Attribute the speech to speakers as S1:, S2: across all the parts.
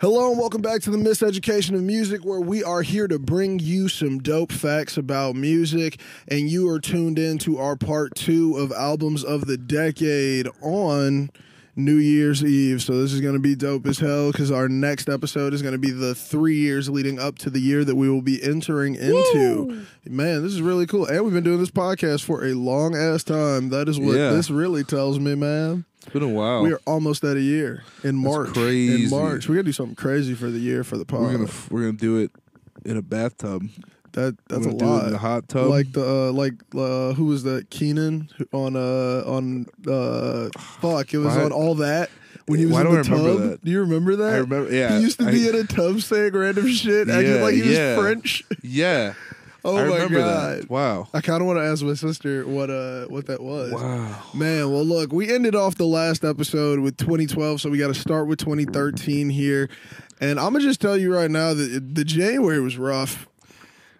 S1: Hello and welcome back to the Miseducation of Music, where we are here to bring you some dope facts about music. And you are tuned in to our part two of albums of the decade on New Year's Eve. So this is going to be dope as hell because our next episode is going to be the three years leading up to the year that we will be entering into. Man, this is really cool. And we've been doing this podcast for a long ass time. That is what
S2: Yeah.
S1: this really tells me, man.
S2: It's been a while.
S1: We are almost at a year in March.
S2: crazy.
S1: In March, we're gonna do something crazy for the year for the pod.
S2: We're gonna we're gonna do it in a bathtub.
S1: that that's a
S2: we're gonna do it
S1: lot.
S2: in the hot tub.
S1: like the uh, like uh, who was that? Keenan who- on uh on uh fuck. It was
S2: Why-
S1: on all that. When he was
S2: Why
S1: in
S2: do
S1: the
S2: I remember
S1: tub,
S2: that?
S1: do you remember that?
S2: I remember- yeah,
S1: He used to be
S2: I-
S1: in a tub saying random shit, acting
S2: Yeah,
S1: like he was
S2: yeah.
S1: French.
S2: yeah.
S1: Oh
S2: I
S1: my
S2: remember
S1: god! Uh,
S2: That. Wow.
S1: I kind of want to ask my sister what uh what that was.
S2: Wow.
S1: Man, well, look, we ended off the last episode with 2012, so we got to start with 2013 here. And I'm gonna just tell you right now that the January was rough.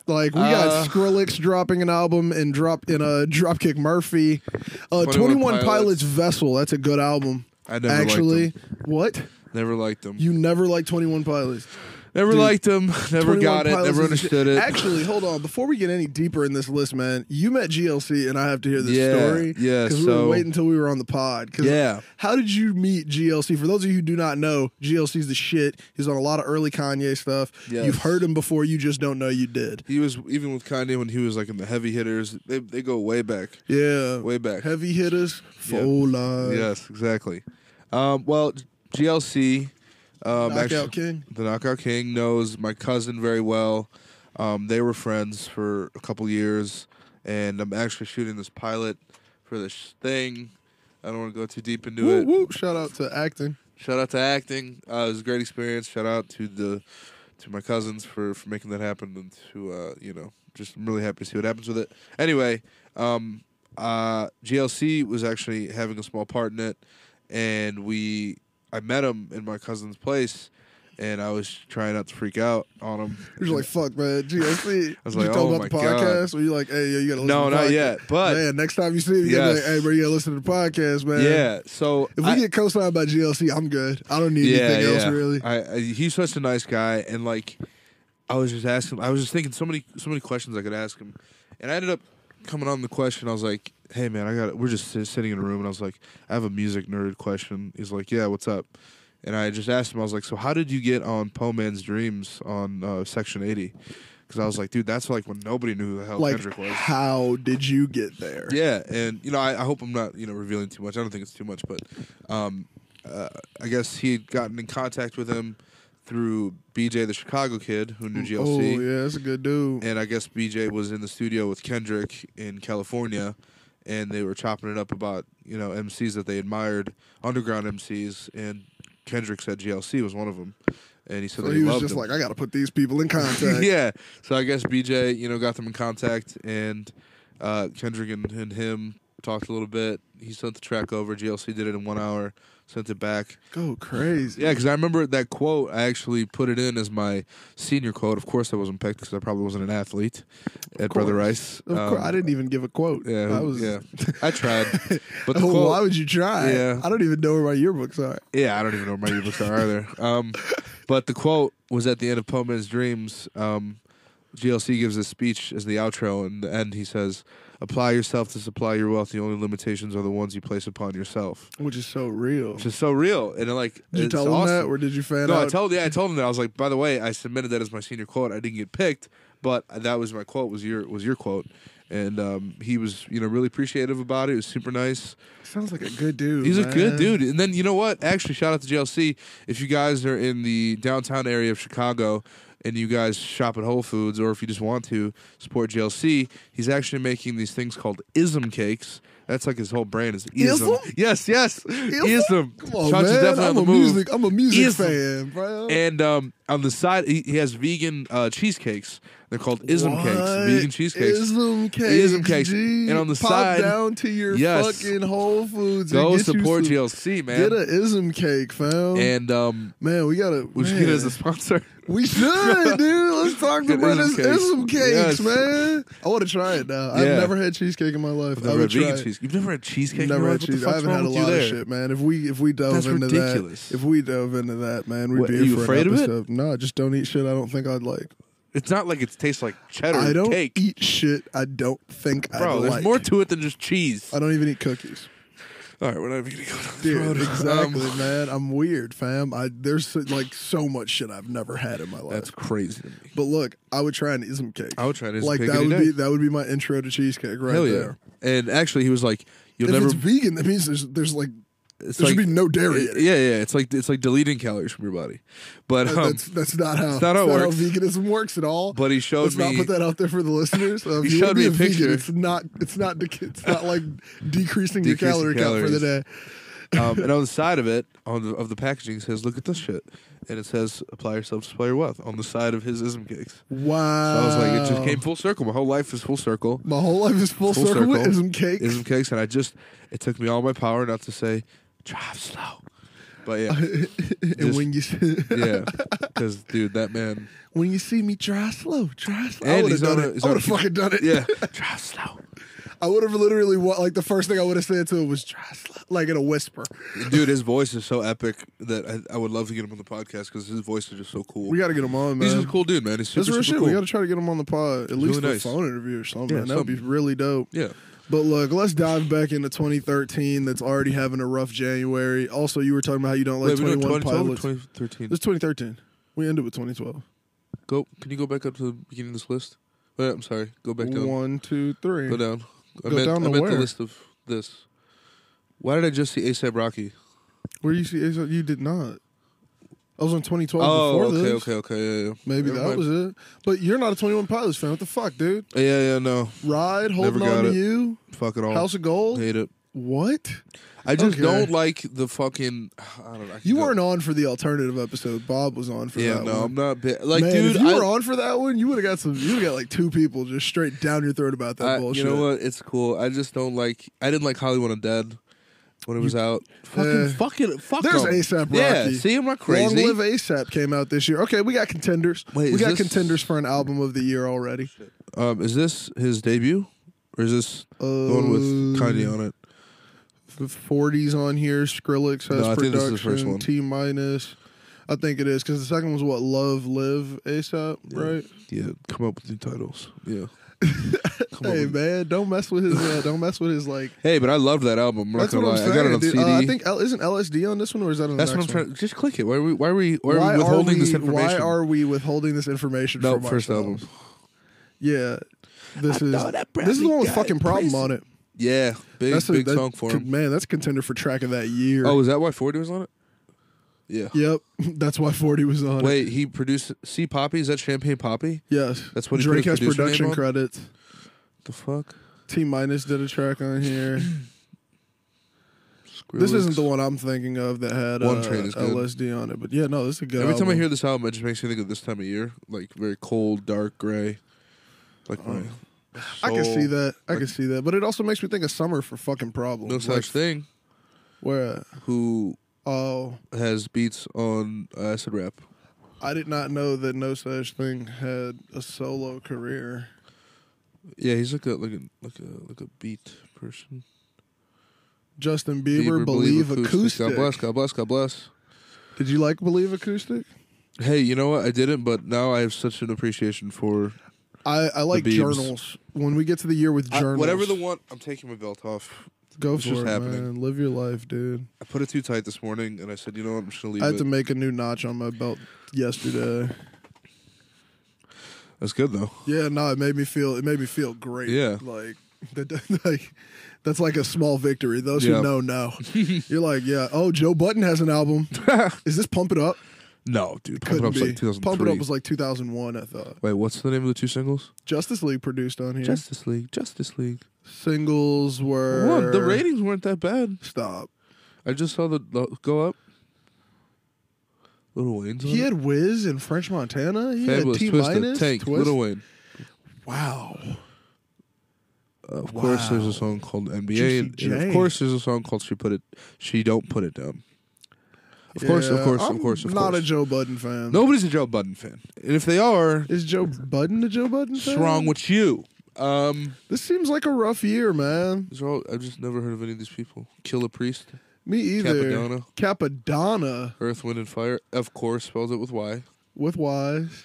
S1: Like we got
S2: Uh,
S1: Skrillex dropping an album and drop in a Dropkick Murphy, uh,
S2: 21
S1: 21 Pilots.
S2: Pilots
S1: Vessel. That's a good album.
S2: I never liked
S1: actually
S2: them.
S1: what
S2: Never liked them.
S1: you never liked 21 Pilots.
S2: never
S1: dude,
S2: liked them. Never
S1: 21
S2: got it.
S1: Pilots
S2: Never
S1: is the shit.
S2: understood it.
S1: Actually, hold on. Before we get any deeper in this list, man, you met GLC, and I have to hear this
S2: Yeah,
S1: story.
S2: yeah,
S1: because we were
S2: so-
S1: waiting until we were on the pod. 'Cause
S2: Yeah.
S1: How did you meet GLC? For those of you who do not know, GLC's the shit. He's on a lot of early Kanye stuff.
S2: Yes.
S1: You've heard him before. You just don't know you did.
S2: he was even with Kanye when he was like in the heavy hitters. They they go way back.
S1: Yeah.
S2: Way back.
S1: Heavy hitters for
S2: Yeah.
S1: life.
S2: Yes, exactly. Um, well, GLC, um,
S1: Knockout
S2: actu-
S1: King.
S2: the Knockout King knows my cousin very well. Um, they were friends for a couple years, and I'm actually shooting this pilot for this thing. I don't want to go too deep into
S1: Woo
S2: it.
S1: woo. Shout out to acting.
S2: Shout out to acting. Uh, it was a great experience. Shout out to the to my cousins for for making that happen and to uh, you know just I'm really happy to see what happens with it. Anyway, um, uh, GLC was actually having a small part in it, and we I met him in my cousin's place, and I was trying not to freak out on him.
S1: You're just like, fuck, man, GLC. I
S2: was
S1: you
S2: like,
S1: tell
S2: oh
S1: him about the
S2: my God.
S1: podcast? Or you like, hey, yo, you got to listen
S2: No,
S1: to the
S2: not
S1: podcast?
S2: yet, but-
S1: Man, next time you see him, you gotta be
S2: Yes.
S1: like, hey, bro, you got to listen to the podcast, man.
S2: yeah, so
S1: If we
S2: I-
S1: get co-signed by GLC, I'm good. I don't need anything else really.
S2: I, I, he's such a nice guy, and like, I was just asking, I was just thinking so many, so many questions I could ask him, and I ended up coming on the question. I was like, "Hey, man, I got. We're just sit- sitting in a room, and I was like, I have a music nerd question. He's like, Yeah, what's up? And I just asked him. I was like, So how did you get on Poe Man's Dreams on uh, Section 80? Because I was like, Dude, that's like when nobody knew who the hell
S1: Like,
S2: Kendrick was.
S1: how did you get there?
S2: Yeah, and you know, I, I hope I'm not you know revealing too much. I don't think it's too much, but um, uh, I guess he had gotten in contact with him through BJ, the Chicago kid who knew
S1: Oh
S2: GLC,
S1: yeah, that's a good dude.
S2: and I guess BJ was in the studio with Kendrick in California, and they were chopping it up about you know MCs that they admired, underground MCs, and Kendrick said GLC was one of them, and he said
S1: So
S2: that
S1: he was
S2: loved
S1: just
S2: him
S1: like, I got to put these people in contact.
S2: yeah. So I guess BJ, you know, got them in contact, and uh, Kendrick and, and him talked a little bit. He sent the track over. GLC did it in one hour. Sent it back.
S1: Go crazy.
S2: Yeah, because I remember that quote. I actually put it in as my senior quote. Of course, I wasn't picked because I probably wasn't an athlete at Brother
S1: course.
S2: Rice.
S1: Of
S2: Um,
S1: course, I didn't even give a quote.
S2: Yeah,
S1: I was.
S2: yeah. I tried, but the
S1: Oh,
S2: quote.
S1: why would you try?
S2: Yeah.
S1: I don't even know where my yearbooks are.
S2: Yeah, I don't even know where my yearbooks are either. Um, but the quote was at the end of Poeman's Dreams. Um, GLC gives this speech as the outro, and the end he says, "Apply yourself to supply your wealth. The only limitations are the ones you place upon yourself."
S1: Which is so real.
S2: Which is so real, and like
S1: did you
S2: it's
S1: tell him
S2: awesome.
S1: that, or did you fan
S2: no,
S1: out?
S2: I told yeah, I told him that. I was like, by the way, I submitted that as my senior quote. I didn't get picked, but that was my quote. Was your was your quote? And um, he was, you know, really appreciative about it. It was super nice.
S1: Sounds like a good dude.
S2: He's a good
S1: man.
S2: dude. And then you know what? Actually, shout out to GLC. If you guys are in the downtown area of Chicago and you guys shop at Whole Foods or if you just want to support GLC, he's actually making these things called ism cakes. That's like his whole brand is ism.
S1: Ism?
S2: Yes, yes.
S1: Ism?
S2: Ism.
S1: Come on,
S2: Chunks is
S1: man.
S2: definitely
S1: I'm
S2: on the
S1: a
S2: move.
S1: music. I'm a music
S2: Ism.
S1: fan, bro.
S2: And um, on the side, he, he has vegan uh, cheesecakes. They're called ism cakes,
S1: What?
S2: vegan cheesecakes.
S1: Ism cakes.
S2: Ism cakes.
S1: G.
S2: And on the
S1: Pop
S2: side-
S1: down to your
S2: Yes.
S1: fucking Whole Foods.
S2: Go
S1: and get
S2: support
S1: you some,
S2: GLC, man.
S1: Get a ism cake, fam.
S2: and um,
S1: man, we gotta.
S2: we should
S1: man,
S2: get it as a sponsor.
S1: We should, dude. Let's talk
S2: Get
S1: about
S2: Ism
S1: this Ism
S2: cakes.
S1: cakes,
S2: Yes.
S1: man. I want to try it now. I've
S2: Yeah.
S1: never had cheesecake in my life.
S2: I've
S1: I
S2: never
S1: would
S2: had vegan
S1: try it.
S2: cheesecake. You've never had cheesecake.
S1: Never
S2: in your
S1: had
S2: life? What the
S1: cheese. I
S2: fuck's
S1: haven't
S2: wrong
S1: had a
S2: with you
S1: lot of
S2: there?
S1: shit, man. If we if we dove
S2: That's
S1: into
S2: ridiculous.
S1: that, if we dove into that, man, we'd
S2: What,
S1: be
S2: are
S1: here
S2: you
S1: for
S2: afraid
S1: an
S2: of it?
S1: episode. No, I just don't eat shit. I don't think I'd like.
S2: It's not like it tastes like cheddar
S1: I don't
S2: cake,
S1: eat shit. I don't think
S2: bro.
S1: I'd
S2: There's
S1: like.
S2: more to it than just cheese.
S1: I don't even eat cookies,
S2: All right, we're not even gonna go down
S1: dude.
S2: the road. Um,
S1: Exactly, man. I'm weird, fam. I there's like so much shit I've never had in my life.
S2: that's crazy. To me.
S1: but look, I would try an ism cake.
S2: I would try this
S1: like
S2: cake
S1: that
S2: any
S1: would
S2: day.
S1: be that would be my intro to cheesecake right
S2: Hell yeah!
S1: there.
S2: And actually, he was like, "You'll
S1: if
S2: never."
S1: it's vegan, that means there's there's like
S2: it's
S1: there
S2: like,
S1: should be no dairy
S2: yeah,
S1: in it.
S2: yeah. It's like it's like deleting calories from your body. But
S1: That-
S2: um,
S1: that's that's not how
S2: not how it
S1: that's
S2: works.
S1: veganism works at all.
S2: but he showed
S1: Let's
S2: me.
S1: not put that out there for the listeners. Um,
S2: He
S1: you wanna
S2: showed
S1: be
S2: me
S1: a
S2: a picture.
S1: Vegan, it's not it's not dec- it's not like decreasing your calorie
S2: Decreasing
S1: count for the day.
S2: calories. Um, and on the side of it, on the, of the packaging, it says, "Look at this shit," and it says, "Apply yourself, display your wealth." On the side of his ism cakes, so
S1: Wow.
S2: I was like, it just came
S1: Oh.
S2: full circle. My whole life is full circle.
S1: My whole life is full,
S2: Full
S1: circle with
S2: circle.
S1: ism cakes.
S2: Ism cakes, and I just it took me all my power not to say, "Drive slow," but yeah,
S1: and
S2: just-
S1: when you see-
S2: yeah, because dude, that man,
S1: when you see me dry slow, dry slow, I
S2: And
S1: would have
S2: he's on
S1: done
S2: a-
S1: it.
S2: he's
S1: I
S2: on a-
S1: would have fucking done it.
S2: yeah, drive slow.
S1: I would have literally wa- like the first thing I would have said to him was dry slow, like in a whisper.
S2: Dude, his voice is so epic that I, I would love to get him on the podcast because his voice is just so cool.
S1: We got to get him on, man.
S2: He's just a cool dude, man. He's super,
S1: That's real
S2: super
S1: shit.
S2: cool.
S1: We got to try to get him on the pod, at least
S2: really
S1: a
S2: nice.
S1: phone interview or something.
S2: Yeah,
S1: man. that would be
S2: something.
S1: really dope.
S2: yeah,
S1: But look, let's dive back into 2013. That's already having a rough January. Also, you were talking about how you don't like
S2: Wait, we doing
S1: 21
S2: 2012 or
S1: pilots.
S2: 2013?
S1: This is 2013. We ended with 2012.
S2: Go. Can you go back up to the beginning of this list? Wait, I'm sorry. Go back down.
S1: One, two, three.
S2: Go down. I
S1: Go
S2: meant,
S1: down
S2: I
S1: to
S2: meant
S1: where?
S2: the list of this. Why did I just see ASAP Rocky?
S1: Where do you see? You did not. I was on 2012
S2: Oh,
S1: before
S2: okay,
S1: this.
S2: okay, okay. Yeah, yeah.
S1: Maybe
S2: Never
S1: that
S2: mind.
S1: was it. But you're not a 21 Pilots fan. What the fuck, dude?
S2: Yeah, yeah, no.
S1: Ride, holding
S2: got
S1: on to
S2: it.
S1: you,
S2: Fuck it all.
S1: House of Gold.
S2: Hate it.
S1: What?
S2: I just
S1: Okay.
S2: don't like the fucking. I don't know. I can
S1: You
S2: go-
S1: weren't on for the alternative episode. Bob was on for
S2: Yeah,
S1: that
S2: no,
S1: one.
S2: I'm not. Bi- like,
S1: Man,
S2: dude,
S1: if you
S2: I,
S1: were on for that one, you would have got some. You would have got like two people just straight down your throat about that
S2: I-
S1: bullshit.
S2: You know what? It's cool. I just don't like. I didn't like Hollywood Undead when it was out. Eh. Fucking,
S1: Uh,
S2: fucking, fuck.
S1: There's
S2: 'em.
S1: ASAP Rocky.
S2: Yeah, see, I'm not crazy.
S1: Long Live ASAP came out this year. Okay, we got contenders.
S2: Wait,
S1: we
S2: is
S1: got
S2: this-
S1: contenders for an album of the year already.
S2: um, is this his debut, or is this the one with
S1: Uh,
S2: Kanye on it?
S1: The 40s on here. Skrillex has
S2: No, I think this is the first
S1: production.
S2: one.
S1: T minus. I think it is because the second was what Love Live ASAP, right?
S2: Yeah, come up with new titles. Yeah. come
S1: Hey
S2: with-
S1: man, don't mess with his. Uh, don't mess with his like.
S2: Hey, but I love that album. I'm not
S1: That's what
S2: gonna
S1: I'm
S2: lie.
S1: saying.
S2: I got it on
S1: dude.
S2: CD.
S1: Uh, I think L- isn't LSD on this one, or is that on
S2: That's
S1: the
S2: what I'm
S1: next one?
S2: trying. Just click it. Why are we? Why are we? Why are
S1: why
S2: we withholding
S1: are we,
S2: this information?
S1: Why are we withholding this information
S2: no
S1: from
S2: first album?
S1: ourselves? Yeah. This is
S2: thought I
S1: this is the one with
S2: probably
S1: fucking
S2: got
S1: problem
S2: prison.
S1: on it.
S2: Yeah, big
S1: That's a-
S2: big
S1: that-
S2: song for him.
S1: Man, that's contender for track of that year.
S2: Oh, is that why Forty was on it? Yeah.
S1: yep. That's why 40 was on it.
S2: Wait, he produced C Poppy. Is that Champagne Poppy?
S1: Yes.
S2: That's what he
S1: Drake
S2: put
S1: has
S2: his producer
S1: production
S2: name on?
S1: credits.
S2: The fuck?
S1: T minus did a track on here.
S2: Skrillex.
S1: this isn't the one I'm thinking of that had
S2: One
S1: uh,
S2: Train is good.
S1: LSD on it, but yeah, no, this is a good.
S2: Every time I
S1: album.
S2: hear this album, it just makes me think of this time of year, like very cold, dark gray. Like my
S1: Uh, I can
S2: soul.
S1: see that. I can see that, but it also makes me think of summer for fucking problem.
S2: No such thing.
S1: Where? at?
S2: Who
S1: Oh,
S2: has beats on uh, acid rap?
S1: I did not know that No Such Thing had a solo career.
S2: Yeah, he's like a like a like a like a beat person.
S1: Justin Bieber, Believe, Acoustic.
S2: God bless. God bless. God bless.
S1: Did you like Believe Acoustic?
S2: Hey, you know what? I didn't, but now I have such an appreciation for
S1: I, I like
S2: Biebs.
S1: journals. When we get to the year with
S2: I-
S1: journals,
S2: whatever the one. I'm taking my belt off.
S1: go
S2: it's
S1: for
S2: just
S1: it,
S2: happening.
S1: man. Live your life, dude.
S2: I put it too tight this morning, and I said, you know what? I'm just gonna leave
S1: I had
S2: it.
S1: to make a new notch on my belt yesterday.
S2: That's good though.
S1: Yeah, no, it made me feel. It made me feel great.
S2: Yeah.
S1: like that, like that's like a small victory. Those
S2: Yeah.
S1: who know know. You're like, yeah. Oh, Joe Button has an album. Is this Pump It Up?
S2: No, dude. Pump
S1: Couldn't
S2: it up's
S1: be.
S2: like 2003.
S1: Pump It Up was like 2001. I thought
S2: Wait, what's the name of the two singles?
S1: Justice League produced on here.
S2: Justice League. Justice League.
S1: Singles were
S2: One. The ratings weren't that bad.
S1: Stop.
S2: I just saw the lo- go up. Little Wayne's. on
S1: He
S2: it.
S1: had Wiz in French Montana. He
S2: Fabulous,
S1: had T
S2: Twisted,
S1: minus
S2: Tank,
S1: Twist.
S2: Little Wayne.
S1: Wow.
S2: Of course, there's
S1: Wow.
S2: a song called NBA,
S1: Juicy
S2: and, and
S1: J.
S2: of course, there's a song called "She Put It." She don't put it down. Of course, of
S1: Yeah,
S2: course,
S1: I'm
S2: of course, of
S1: not
S2: course.
S1: a Joe Budden fan.
S2: Nobody's a Joe Budden fan, and if they are,
S1: Is Joe Budden a Joe Budden
S2: what's
S1: fan?
S2: wrong with you? Um,
S1: This seems like a rough year, man.
S2: these are all, I've just never heard of any of these people. Kill a priest,
S1: Me either.
S2: Capadonna,
S1: Capadonna
S2: Earth, Wind, and Fire. Of course, spells it with Y.
S1: with Wise.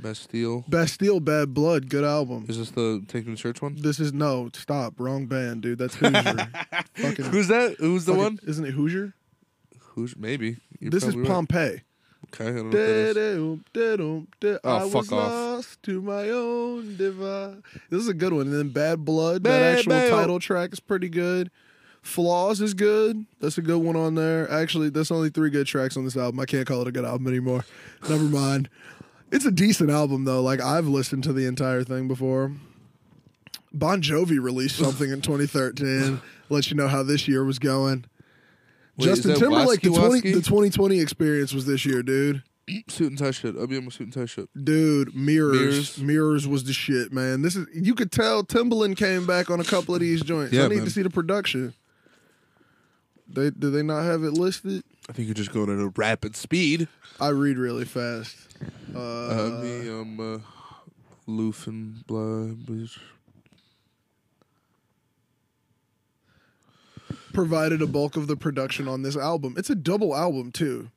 S2: Bastille.
S1: Bastille Bad Blood, good album.
S2: Is this the Take Me to Church one?
S1: This is no, stop, wrong band, dude. That's Hoosier. fucking,
S2: Who's that? Who's the
S1: fucking-
S2: one?
S1: Isn't it Hoosier?
S2: Who's maybe? You're
S1: this is
S2: probably right.
S1: Pompeii.
S2: Okay, I don't know what that is.
S1: Da-dum, da-dum, da-
S2: Oh,
S1: I
S2: fuck
S1: was
S2: off.
S1: lost to my own device. This is a good one. And then Bad Blood,
S2: Bad
S1: that actual
S2: Blood.
S1: title track is pretty good. Flaws is good. That's a good one on there. Actually, that's only three good tracks on this album. I can't call it a good album anymore. Never mind. It's a decent album though. Like I've listened to the entire thing before. Bon Jovi released something in 2013. Let you know how this year was going.
S2: Wait, is
S1: Justin
S2: that
S1: Timberlake, the,
S2: Wasky
S1: 20,
S2: Wasky?
S1: the 2020 experience was this year, dude.
S2: Suit and tie shit. I'll be on my suit and tie shit.
S1: Dude, mirrors,
S2: Mirrors.
S1: mirrors, was the shit, man. This is you could tell Timbaland came back on a couple of these joints.
S2: Yeah,
S1: I need
S2: man.
S1: to see the production. They do they not have it listed?
S2: I think you're just going at a rapid speed.
S1: I read really fast. Uh,
S2: Uh, me, um, uh, Loof and blah. bitch.
S1: provided a bulk of the production on this album. It's a double album too.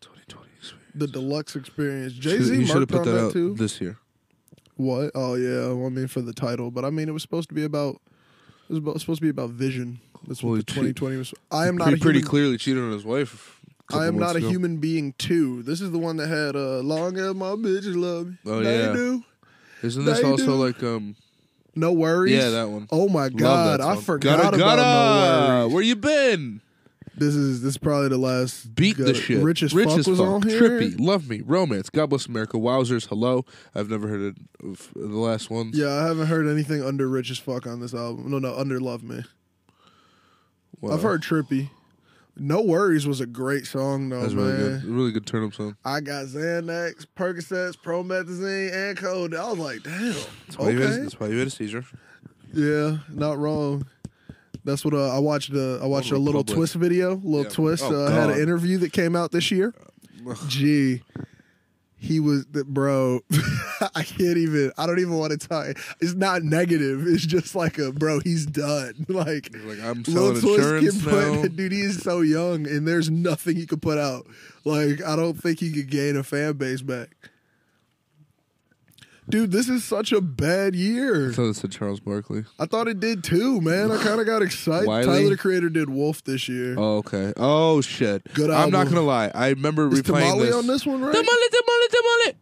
S2: 2020 experience.
S1: The deluxe experience. Jay Z
S2: You should have
S1: marked
S2: put
S1: on
S2: that
S1: that,
S2: out
S1: too.
S2: this year.
S1: what? Oh yeah, well, I mean for the title, but I mean it was supposed to be about. It was about, supposed to be about vision. That's what
S2: Well,
S1: the
S2: it che-
S1: 2020 was. I am
S2: He
S1: not a
S2: pretty
S1: human
S2: clearly cheated on his wife. couple
S1: I am
S2: months
S1: not a
S2: ago.
S1: human being too. This is the one that had uh, long as my bitches love me.
S2: Oh,
S1: they
S2: yeah.
S1: do.
S2: Isn't this
S1: They
S2: also
S1: do.
S2: like um?
S1: No worries.
S2: Yeah, that one.
S1: Oh my
S2: Love
S1: god,
S2: that
S1: I
S2: song.
S1: forgot
S2: Gotta,
S1: about
S2: gotta!
S1: no worries.
S2: Where you been?
S1: This is this is probably the last
S2: Beat the
S1: Gotta-
S2: shit.
S1: Rich as fuck was on here.
S2: Trippy, love me, romance. God bless America. Wowzers, hello. I've never heard of- of the last one.
S1: Yeah, I haven't heard anything under Rich as fuck on this album. No, no, under Love Me.
S2: Wow.
S1: I've heard Trippy. No worries was a great song though,
S2: That's
S1: man.
S2: really good. Really good turn up song.
S1: I got Xanax, Percocets, Promethazine, and Code. I was like, damn.
S2: That's why,
S1: Okay.
S2: you had, that's why you had a seizure.
S1: Yeah, not wrong. That's what uh, I watched. Uh, I watched a
S2: One
S1: little
S2: Republic.
S1: twist video. Little
S2: Yeah.
S1: twist.
S2: Oh,
S1: uh, had
S2: God.
S1: an interview that came out this year. Gee, he was the bro. I can't even. I don't even want to talk. It's not negative. It's just like a bro. He's done. Like.
S2: Like I'm
S1: Lil
S2: selling
S1: Twist
S2: insurance
S1: can
S2: now.
S1: put, dude, he is so young, and there's nothing he could put out. Like, I don't think he could gain a fan base back. Dude, this is such a bad year.
S2: I thought it said Charles Barkley.
S1: I thought it did too, man. I kind of got excited.
S2: Wiley?
S1: Tyler the Creator did Wolf this year.
S2: Oh, okay. Oh shit.
S1: Good
S2: I'm not
S1: album.
S2: gonna lie. I remember
S1: is
S2: replaying
S1: Tamale
S2: this.
S1: on this one, right?
S2: Tamale, tamale, tamale.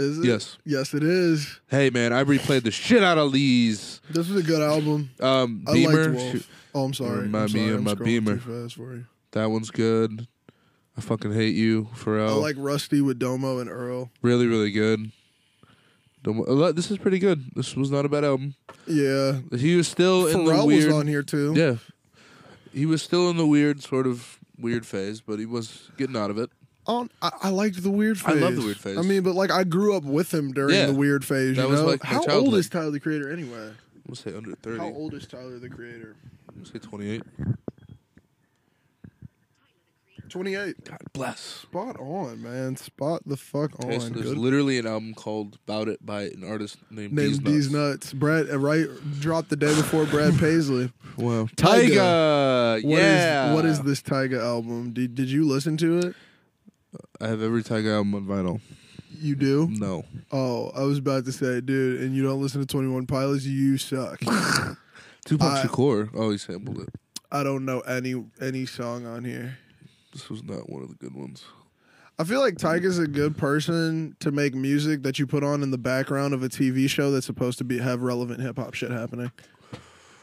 S1: Is it?
S2: Yes.
S1: Yes, it is.
S2: Hey man, I replayed the shit out of these.
S1: This was a good album.
S2: Um,
S1: I
S2: Beamer.
S1: liked Wolf.
S2: shoot,
S1: Oh, I'm sorry.
S2: Remind
S1: I'm
S2: me
S1: sorry.
S2: of
S1: I'm
S2: my
S1: scrolling
S2: Beamer.
S1: Too fast for you.
S2: That one's good. I fucking hate you, Pharrell.
S1: I like Rusty with Domo and Earl.
S2: really, really good. Don't, a lot- this is pretty good. This was not a bad album.
S1: Yeah.
S2: He was still in the
S1: Pharrell
S2: weird.
S1: was on here too.
S2: Yeah, he was still in the weird sort of weird phase, but he was getting out of it.
S1: On, I, I liked the weird
S2: I
S1: phase.
S2: love the weird phase.
S1: I mean, but like I grew up with him during
S2: Yeah.
S1: the weird phase.
S2: That
S1: you
S2: was,
S1: know?
S2: like, my
S1: how old
S2: childhood.
S1: is Tyler the Creator anyway?
S2: I'm gonna say under thirty.
S1: How old is Tyler the Creator?
S2: I'm gonna say twenty-eight.
S1: 28.
S2: God bless.
S1: Spot on, man. Spot the fuck on.
S2: Okay, so there's
S1: Good
S2: literally an album called "About It" by an artist named,
S1: named
S2: D's
S1: these nuts. Brad uh, right dropped the day before Brad Paisley.
S2: Wow,
S1: Tyga.
S2: Tyga.
S1: What is
S2: yeah.
S1: what is this Tyga album? Did did you listen to it?
S2: I have every Tyga album on vinyl.
S1: You do?
S2: No.
S1: Oh, I was about to say, dude, and you don't listen to Twenty One Pilots, you suck.
S2: Tupac
S1: I-
S2: Shakur. Oh, he sampled it.
S1: I don't know any any song on here.
S2: This was not one of the good ones.
S1: I feel like Tyga's a good person to make music that you put on in the background of a TV show that's supposed to be have relevant hip hop shit happening.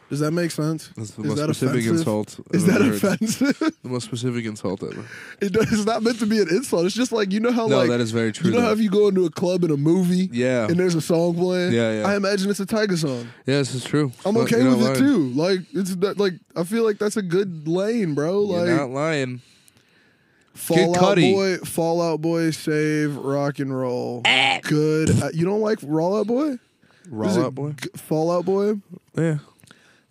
S1: Does that make sense?
S2: That's the
S1: Is
S2: most
S1: that
S2: specific
S1: offensive?
S2: insult. I've
S1: Is that
S2: ever heard.
S1: offensive?
S2: The most specific insult ever.
S1: It does, it's not meant to be an insult. It's just like you know how
S2: no,
S1: like
S2: that is very true.
S1: you know
S2: though.
S1: how if you go into a club in a movie
S2: yeah.
S1: and there's a song playing.
S2: Yeah, yeah.
S1: I imagine it's a Tiger song.
S2: yeah, this is true.
S1: I'm
S2: Fuck,
S1: okay
S2: you're
S1: with
S2: not
S1: it
S2: lying.
S1: too. Like it's not, like I feel like that's a good lane, bro. Like
S2: You're not lying.
S1: Fallout
S2: Cudi.
S1: Boy, Fallout Boy, save rock and roll. Good. Uh, you don't like Rollout Boy? This is
S2: Roll
S1: a
S2: out, boy.
S1: g- Fallout Boy.
S2: Yeah.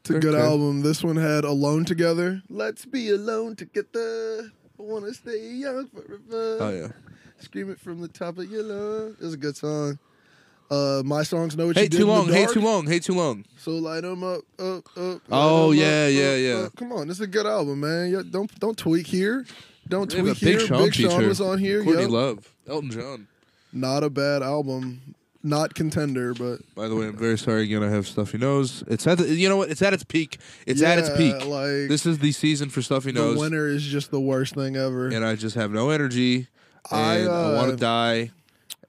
S1: It's a good
S2: Okay.
S1: album. This one had Alone Together. Let's be alone together. I want to stay young forever.
S2: Oh yeah.
S1: Scream it from the top of your lungs. It was a good song. Uh, my songs know what
S2: Hey,
S1: you did
S2: too
S1: in the
S2: long. Hey,
S1: dark.
S2: too long. Hey, too long.
S1: So light them up, up, up. light
S2: Oh,
S1: 'em
S2: yeah,
S1: up,
S2: yeah,
S1: up,
S2: yeah.
S1: up. Come on, this is a good album, man. Yo, don't don't tweak here. Don't
S2: They have
S1: tweak
S2: a Big
S1: here.
S2: Sean
S1: Big Sean
S2: feature.
S1: was on here.
S2: Courtney
S1: yup.
S2: Love, Elton John.
S1: Not a bad album. Not contender, but
S2: By the way, I'm very sorry again. I have stuffy nose. It's at the, you know what? It's at its peak. It's at its
S1: yeah,
S2: peak.
S1: Like
S2: this is the season for stuffy
S1: the
S2: nose,
S1: winter is just the worst thing ever.
S2: and I just have no energy.
S1: I,
S2: And I,
S1: uh,
S2: want to die.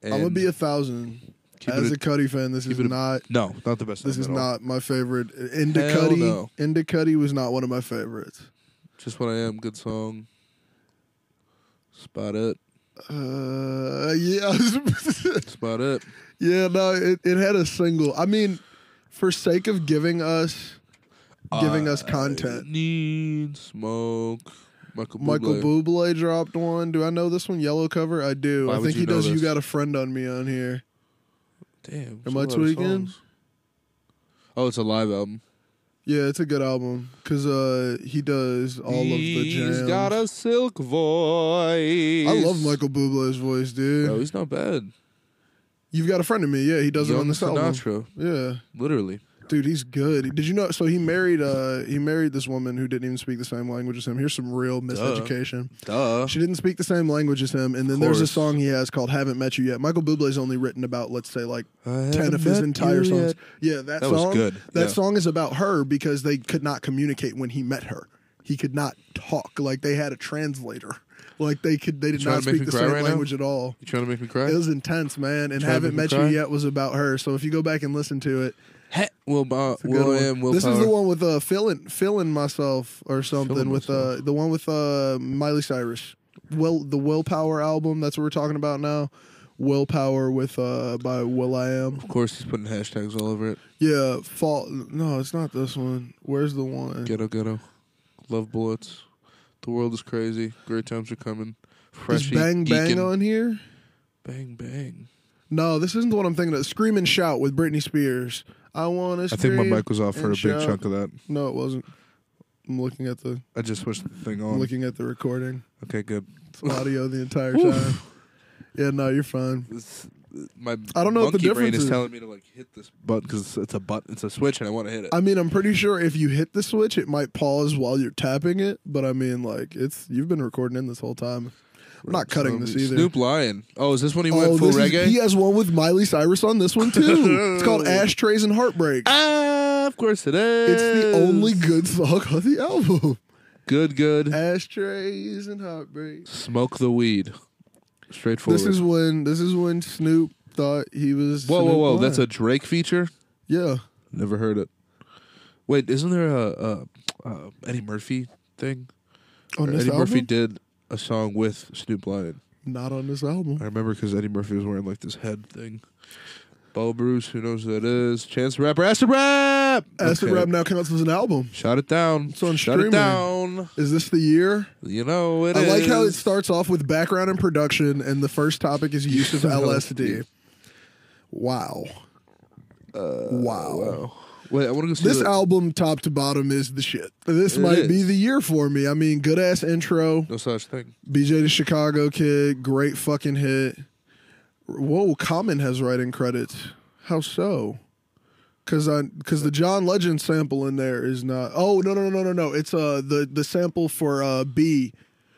S2: And
S1: I'm gonna be a thousand.
S2: keep
S1: As
S2: it
S1: a Cuddy fan, this is
S2: it a-
S1: not.
S2: no, not the best.
S1: This
S2: album
S1: is
S2: at all.
S1: not my favorite. Inda
S2: Hell
S1: Cuddy.
S2: no.
S1: Inda Cuddy was not one of my favorites.
S2: just what I am. Good song. Spot it.
S1: Uh, yeah.
S2: Spot it.
S1: Yeah, no, it, it had a single. I mean, for sake of giving us giving us
S2: I
S1: content.
S2: Need smoke. Michael Bublé.
S1: Michael Bublé dropped one. Do I know this one? Yellow cover. I do.
S2: Why
S1: I
S2: would
S1: think
S2: you
S1: he
S2: know
S1: does. You
S2: this?
S1: got a friend on me on here.
S2: Damn.
S1: Am I
S2: so a lot of
S1: tweaking?
S2: songs. Oh, it's a live album.
S1: Yeah, it's a good album because uh, he does all of the jams.
S2: He's got a silk voice.
S1: I love Michael Bublé's voice, dude.
S2: Bro, he's not bad.
S1: You've got a friend of me. Yeah, he does it
S2: Young
S1: on this album.
S2: Sinatra,
S1: Yeah,
S2: literally.
S1: dude, he's good. Did you know? So he married uh, he married this woman who didn't even speak the same language as him. Here's some real miseducation.
S2: Duh.
S1: She didn't speak the same language as him. And then there's a
S2: course.
S1: song he has called "Haven't Met You Yet." Michael Bublé's only written about, let's say, like
S2: I
S1: ten
S2: haven't
S1: of his
S2: met
S1: entire
S2: you
S1: songs.
S2: yet.
S1: Yeah, that,
S2: That was
S1: song.
S2: good.
S1: That
S2: Yeah.
S1: song is about her because they could not communicate when he met her. He could not talk. Like they had a translator. Like they could. They did
S2: trying
S1: not
S2: to make
S1: speak
S2: me
S1: the
S2: cry
S1: same
S2: right now?
S1: language at all.
S2: You trying to make me
S1: It
S2: cry?
S1: was intense, man. And
S2: Trying to
S1: haven't met
S2: make me
S1: you
S2: cry?
S1: yet was about her. So if you go back and listen to it,
S2: Heh. Will, Bo-
S1: good
S2: Will
S1: one.
S2: I am Will
S1: this
S2: Power.
S1: is the one with uh filling filling myself or something
S2: Feeling
S1: with uh the one with uh Miley Cyrus. Well, the Willpower album. That's what we're talking about now. Willpower with uh by Will I Am.
S2: Of course, he's putting hashtags all over it.
S1: Yeah, fall. No, it's not this one. Where's the one?
S2: Ghetto, ghetto. Love bullets. The world is crazy. Great times are coming.
S1: Is
S2: Fresh
S1: Bang Bang on here?
S2: Bang bang.
S1: No, this isn't the one I'm thinking of. Scream and shout with Britney Spears. I want to.
S2: I think my mic was off for a
S1: and
S2: big
S1: shout.
S2: chunk of that.
S1: No, it wasn't. I'm looking at the
S2: I just switched the thing
S1: I'm
S2: on.
S1: looking at the recording.
S2: Okay, good.
S1: It's audio the entire time. Yeah, no, you're fine.
S2: This- my
S1: I don't know what the
S2: monkey brain
S1: difference
S2: is
S1: is.
S2: telling me to like hit this button because it's a button, it's a switch, and I want to hit it.
S1: I mean, I'm pretty sure if you hit the switch, it might pause while you're tapping it. But I mean, like, it's you've been recording in this whole time. I'm not cutting this either.
S2: Snoop Lion. Oh, is this when he
S1: Oh,
S2: went full
S1: this is-
S2: reggae?
S1: he has one with Miley Cyrus on this one too. it's called Ashtrays and Heartbreak.
S2: Ah, of course it is.
S1: It's the only Uh, good song on the album.
S2: good, good.
S1: Ashtrays and Heartbreak.
S2: Smoke the weed. Straightforward.
S1: This is when this is when Snoop thought he was.
S2: whoa, whoa,
S1: Snoop
S2: whoa!
S1: Lion.
S2: That's a Drake feature.
S1: yeah.
S2: Never heard it. Wait, isn't there a, a, a Eddie Murphy thing?
S1: On
S2: Or
S1: this
S2: Eddie
S1: album,
S2: Murphy did a song with Snoop Lion.
S1: not on this album.
S2: I remember because Eddie Murphy was wearing like this head thing. Bo Bruce, who knows who that is? Chance the Rapper, Acid Rap.
S1: Acid
S2: Okay.
S1: Rap now counts as an album.
S2: Shut it down.
S1: It's on
S2: Shut
S1: streaming.
S2: it down.
S1: Is this the year?
S2: You know it
S1: I like how it
S2: is.
S1: starts off with background and production, and the first topic is use of LSD. Wow.
S2: Uh,
S1: wow.
S2: Wait, I want to go see
S1: This
S2: the-
S1: album, top to bottom, is the shit. This
S2: It
S1: might be
S2: is.
S1: the year for me. I mean, good ass intro.
S2: No such thing.
S1: BJ the Chicago Kid, great fucking hit. Whoa, Common has writing credits. How so? Cause I, cause the John Legend sample in there is not. Oh no no no no no no! It's uh the the sample for uh B.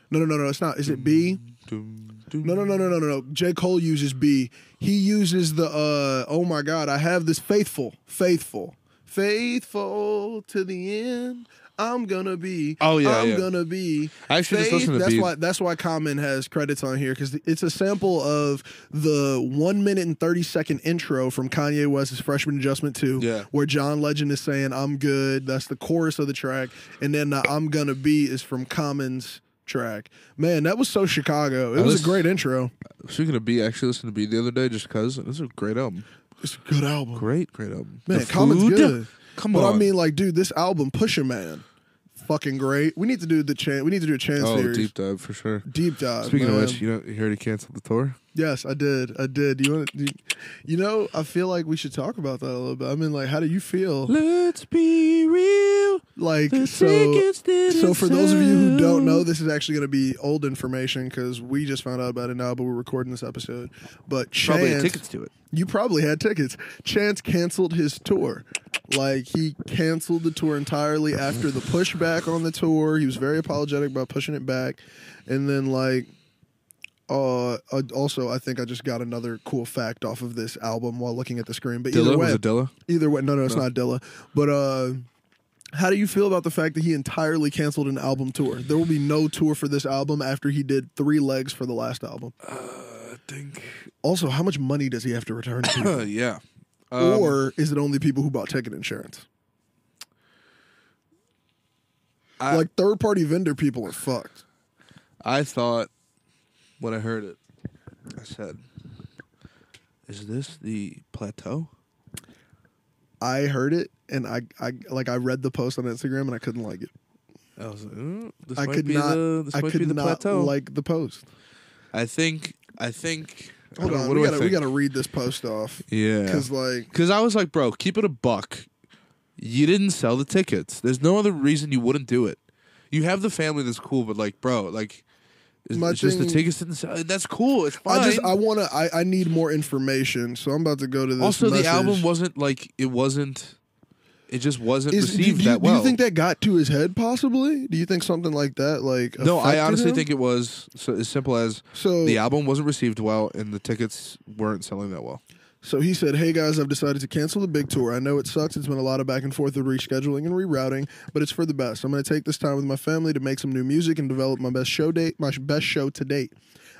S1: No no no no! It's not. Is it B?
S2: Doom,
S1: No, no, no, no, no, no, no. J. Cole uses B. He uses the uh oh my god, I have this faithful, faithful, faithful to the end. I'm gonna be.
S2: Oh, yeah,
S1: I'm
S2: yeah.
S1: gonna be.
S2: I actually just listened to
S1: That's
S2: B.
S1: why. That's why Common has credits on here because it's a sample of the one minute and thirty second intro from Kanye West's Freshman Adjustment Two,
S2: Yeah.
S1: where John Legend is saying "I'm good." That's the chorus of the track, and then the "I'm gonna be" is from Common's track. Man, that was so Chicago. It
S2: I
S1: was a
S2: lis-
S1: great intro.
S2: Speaking of B, I actually listened to B the other day just because. It's a great album.
S1: It's a good album.
S2: Great, great album.
S1: Man,
S2: the
S1: Common's
S2: food?
S1: good.
S2: Come
S1: but
S2: on.
S1: I mean, like, dude, this album, Pusha Man, fucking great. We need to do the chance. We need to do a chance
S2: Oh,
S1: series.
S2: deep dive for sure.
S1: Deep dive.
S2: Speaking
S1: Uh, man.
S2: of which, you know, you already canceled the tour.
S1: yes, I did. I did. You want? You, you know, I feel like we should talk about that a little bit. I mean, like, how do you feel?
S2: Let's be real.
S1: Like, so So for those of you who don't know, this is actually going to be old information because we just found out about it now, but we're recording this episode. But Chance,
S2: probably had tickets to it.
S1: you probably had tickets. Chance canceled his tour. Like he canceled the tour entirely after the pushback on the tour. He was very apologetic about pushing it back, and then like. Uh, uh, also, I think I just got another cool fact off of this album while looking at the screen. But either
S2: Dilla
S1: way,
S2: was it Dilla?
S1: Either way, no, no, it's
S2: No.
S1: not Dilla. But uh, how do you feel about the fact that he entirely canceled an album tour? There will be no tour for this album after he did three legs for the last album. Uh,
S2: I think.
S1: Also, how much money does he have to return to?
S2: Uh, yeah. Um,
S1: or is it only people who bought ticket insurance?
S2: I-
S1: like third party vendor people are fucked.
S2: I thought when I heard it, I said, "Is this the plateau?"
S1: I heard it and I, I like I read the post on Instagram and I couldn't like it.
S2: I was like, "Mm, "This
S1: I
S2: might
S1: could
S2: be
S1: not
S2: the this
S1: I
S2: might
S1: could
S2: be the
S1: not
S2: plateau."
S1: like the post.
S2: I think. I think. I
S1: Hold
S2: don't-
S1: on,
S2: what
S1: we
S2: do
S1: gotta
S2: I
S1: we
S2: think?
S1: gotta read this post off.
S2: Yeah.
S1: Cause like
S2: Because I was like, bro, keep it a buck. You didn't sell the tickets. There's no other reason you wouldn't do it. You have the family that's cool, but like, bro, like, it's,
S1: My
S2: it's just the
S1: thing-
S2: tickets didn't sell. That's cool. It's fine.
S1: I just I want to I, I need more information, so I'm about to go to this.
S2: also,
S1: message.
S2: the album wasn't like it wasn't. It just wasn't
S1: Is- do,
S2: received
S1: do you,
S2: that well.
S1: Do you think that got to his head? Possibly. Do you think something like that? Like
S2: no, I
S1: affected
S2: honestly
S1: him?
S2: think it was so, as simple as
S1: so.
S2: the album wasn't received well and the tickets weren't selling that well.
S1: So he said, Hey guys, I've decided to cancel the big tour. I know it sucks. It's been a lot of back and forth with rescheduling and rerouting, but it's for the best. I'm going to take this time with my family to make some new music and develop my best show date, my sh- best show to date.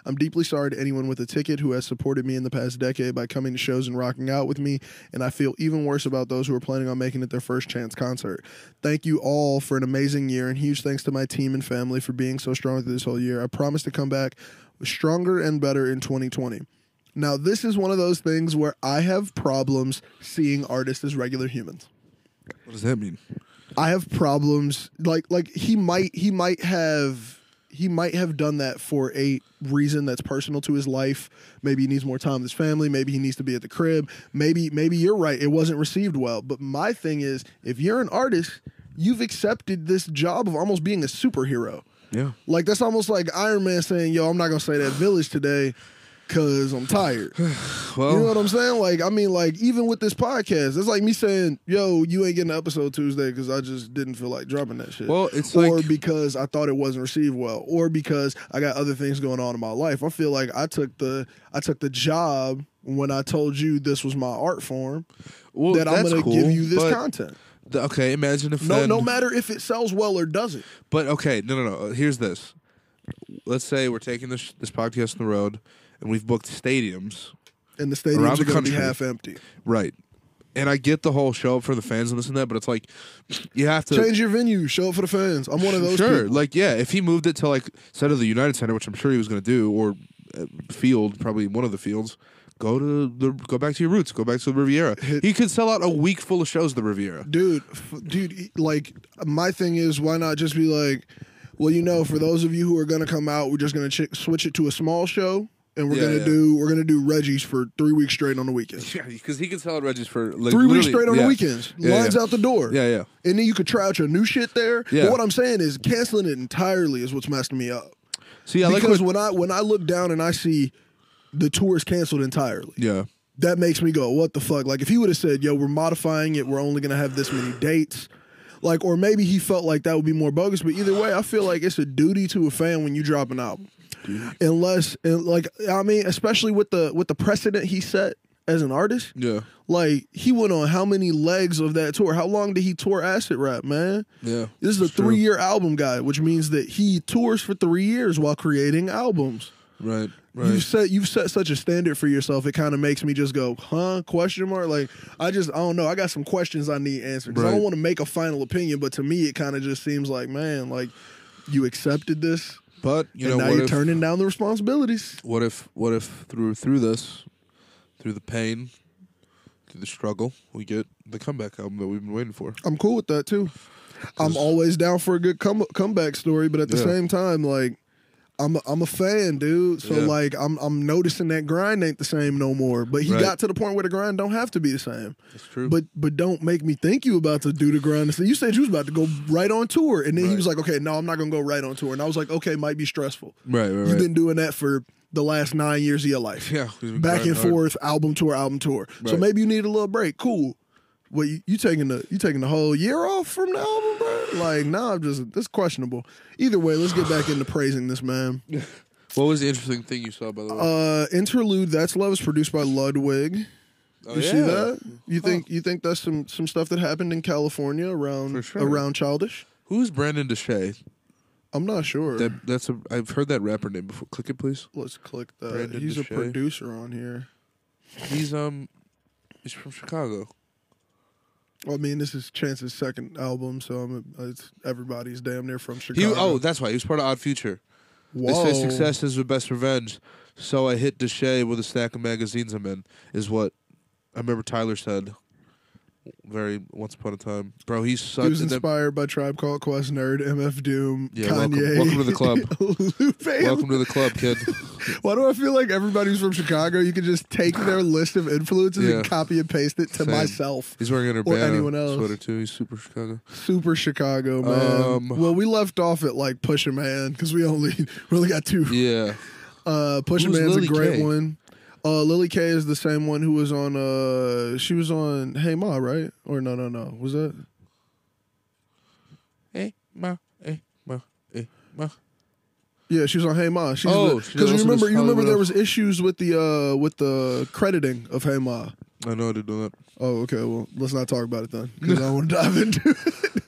S1: I'm deeply sorry to anyone with a ticket who has supported me in the past decade by coming to shows and rocking out with me, and I feel even worse about those who are planning on making it their first chance concert. Thank you all for an amazing year, and huge thanks to my team and family for being so strong through this whole year. I promise to come back stronger and better in 2020. Now, this is one of those things where I have problems seeing artists as regular humans.
S2: What does that mean?
S1: I have problems like like he might he might have he might have done that for a reason that's personal to his life. Maybe he needs more time with his family, maybe he needs to be at the crib. Maybe maybe you're right, it wasn't received well. But my thing is, if you're an artist, you've accepted this job of almost being a superhero.
S2: Yeah.
S1: Like that's almost like Iron Man saying, "Yo, I'm not going to say that village today cuz I'm tired."
S2: Well,
S1: You know what I'm saying? Like, I mean, like, even with this podcast, it's like me saying, yo, you ain't getting an episode Tuesday because I just didn't feel like dropping that shit.
S2: well, it's
S1: or
S2: like
S1: because I thought it wasn't received well, or because I got other things going on in my life. I feel like I took the I took the job when I told you this was my art form
S2: well,
S1: that I'm
S2: that's
S1: gonna
S2: cool,
S1: give you this
S2: but-
S1: content.
S2: The- Okay, imagine if
S1: No,
S2: then-
S1: no matter if it sells well or doesn't.
S2: But okay, no, no, no. Here's this. Let's say we're taking this this podcast on the road, and we've booked stadiums,
S1: And the stadiums
S2: Around the
S1: are gonna be
S2: country.
S1: half empty.
S2: right? And I get the whole show up for the fans and this and that, but it's like you have to
S1: Change your venue, show up for the fans. I'm one of those
S2: Sure,
S1: people.
S2: like yeah, if he moved it to like instead of the United Center, which I'm sure he was going to do, or uh, field, probably one of the fields. Go to the go back to your roots. Go back to the Riviera. He could sell out a week full of shows. at The Riviera.
S1: dude f- dude e- like my thing is why not just be like well you know for those of you who are gonna come out we're just gonna ch- switch it to a small show and we're
S2: Yeah,
S1: gonna
S2: yeah.
S1: do we're gonna do reggie's for three weeks straight on the weekends
S2: Yeah, because he could sell out Reggie's for like,
S1: three weeks
S2: literally-
S1: straight on
S2: yeah.
S1: the weekends
S2: Yeah,
S1: lines
S2: yeah.
S1: out the door
S2: Yeah, yeah.
S1: and then you could try out your new shit there
S2: Yeah.
S1: but what i'm saying is canceling it entirely is what's messing me up
S2: See, I like
S1: because when
S2: what-
S1: i when i look down and i see the tour is canceled entirely
S2: yeah.
S1: that makes me go, what the fuck? Like if he would have said, yo, we're modifying it, we're only gonna have this many dates. Like, or maybe he felt like that would be more bogus, but either way, I feel like it's a duty to a fan when you drop an album. Unless and like I mean, especially with the with the precedent he set as an artist.
S2: Yeah.
S1: Like he went on how many legs of that tour? How long did he tour acid rap, man?
S2: Yeah.
S1: This is a
S2: It's true.
S1: three year album guy, which means that he tours for three years while creating albums.
S2: Right. Right.
S1: You've set you've set such a standard for yourself. It kind of makes me just go, huh? Question mark. Like I just I don't know. I got some questions I need answered 'Cause I
S2: Right.
S1: don't want to make a final opinion. But to me, it kind of just seems like, man, like you accepted this,
S2: But you
S1: and
S2: know
S1: now
S2: what
S1: you're
S2: if,
S1: turning down the responsibilities.
S2: what if what if through through this, through the pain, through the struggle, we get the comeback album that we've been waiting for.
S1: I'm cool with that too. I'm always down for a good come- comeback story, but at the
S2: Yeah.
S1: same time, like I'm a, I'm a fan, dude. So
S2: Yeah.
S1: like I'm I'm noticing that grind ain't the same no more. But he
S2: Right.
S1: got to the point where the grind don't have to be the same.
S2: That's true.
S1: But but don't make me think you about to do the grind. So you said you was about to go right on tour, and then he
S2: Right.
S1: was like, okay, no, I'm not gonna go right on tour. And I was like, okay, might be stressful.
S2: right, right,
S1: You've
S2: right.
S1: been doing that for the last nine years of your life
S2: yeah, he's been
S1: back
S2: grinding
S1: and
S2: hard.
S1: forth, album tour, album tour. So
S2: Right.
S1: maybe you need a little break. Cool. Well, you, you taking the you taking the whole year off from the album, bro? Like, nah, I'm just that's questionable. Either way, let's get back into praising this man.
S2: What was the interesting thing you saw by the way?
S1: Uh, interlude that's love is produced by Ludwig. You
S2: oh,
S1: see that? You think you think that's some some stuff that happened in California
S2: For
S1: around
S2: sure.
S1: around childish?
S2: Who's Brandon Deshay?
S1: I'm not sure.
S2: That that's a I've heard that rapper name before. Click it, please.
S1: let's click that.
S2: Brandon
S1: He's
S2: Deshay.
S1: a producer on here.
S2: He's um, he's from Chicago.
S1: Well, I mean, this is Chance's second album, so I'm it's everybody's damn near from
S2: He
S1: Chicago.
S2: oh, that's why he was part of Odd Future. They
S1: Whoa.
S2: say success is the best revenge. So I hit Deshay with a stack of magazines I'm in, is what I remember Tyler said. Very once upon a time. Bro, he's such
S1: He was
S2: and that-
S1: inspired by Tribe Called Quest, Nerd, MF Doom,
S2: Yeah, welcome-
S1: Kanye.
S2: welcome to the club.
S1: Lupe.
S2: Welcome to the club, kid.
S1: Why do I feel like everybody who's from Chicago, you can just take their list of influences
S2: Yeah.
S1: and copy and paste it to
S2: Same.
S1: myself?
S2: He's wearing an
S1: Or
S2: Urbana
S1: anyone else.
S2: sweater too. He's super Chicago.
S1: Super Chicago, man.
S2: Um,
S1: well, we left off at like Push a Man because we only really got two.
S2: Yeah.
S1: Uh, Push a
S2: Who's
S1: Man's
S2: Lily
S1: a great
S2: K?
S1: one. Uh, Lily K is the same one who was on. Uh, she was on Hey Ma, right? Or no, no, no. Was that?
S2: Hey, Eh, ma, hey, ma, hey, ma.
S1: Yeah, she was on Hey Ma. She's
S2: Oh, she
S1: because
S2: also
S1: you remember,
S2: does
S1: you remember
S2: Hollywood
S1: there
S2: Elf.
S1: was issues with the uh with the crediting of Hey Ma.
S2: I know I did do that.
S1: Oh, okay. Well, let's not talk about it then because I don't want to dive into it.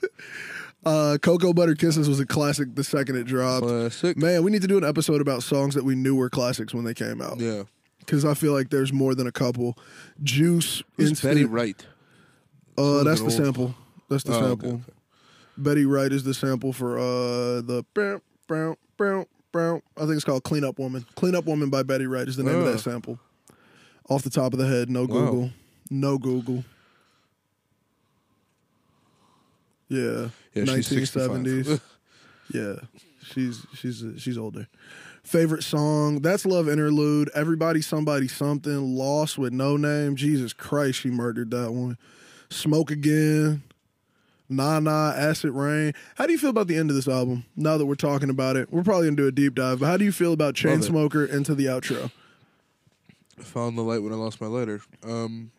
S1: Uh, Cocoa Butter Kisses was a classic the second it dropped.
S2: Classic.
S1: Man, we need to do an episode about songs that we knew were classics when they came out
S2: Yeah.
S1: because I feel like there's more than a couple. Juice,
S2: Who's Betty
S1: Instant.
S2: Wright?
S1: Uh, that's the
S2: Someone old.
S1: sample. That's the
S2: Oh, okay,
S1: sample.
S2: okay.
S1: Betty Wright is the sample for uh the brown brown brown brown. I think it's called "Clean Up Woman." "Clean Up Woman" by Betty Wright is the name of
S2: Oh.
S1: that sample. Off the top of the head, no
S2: Wow.
S1: Google, no Google. Yeah,
S2: Yeah, she's
S1: 1970s.
S2: 65.
S1: yeah, she's she's she's older. Favorite song? That's Love Interlude. Everybody, somebody, something. Lost with no name. Jesus Christ, she murdered that one. Smoke again. Nah Nah, Acid Rain. How do you feel about the end of this album? Now that we're talking about it, we're probably gonna do a deep dive. But how do you feel about
S2: Love it.
S1: Chainsmoker into the outro?
S2: I found the light when I lost my lighter. Um,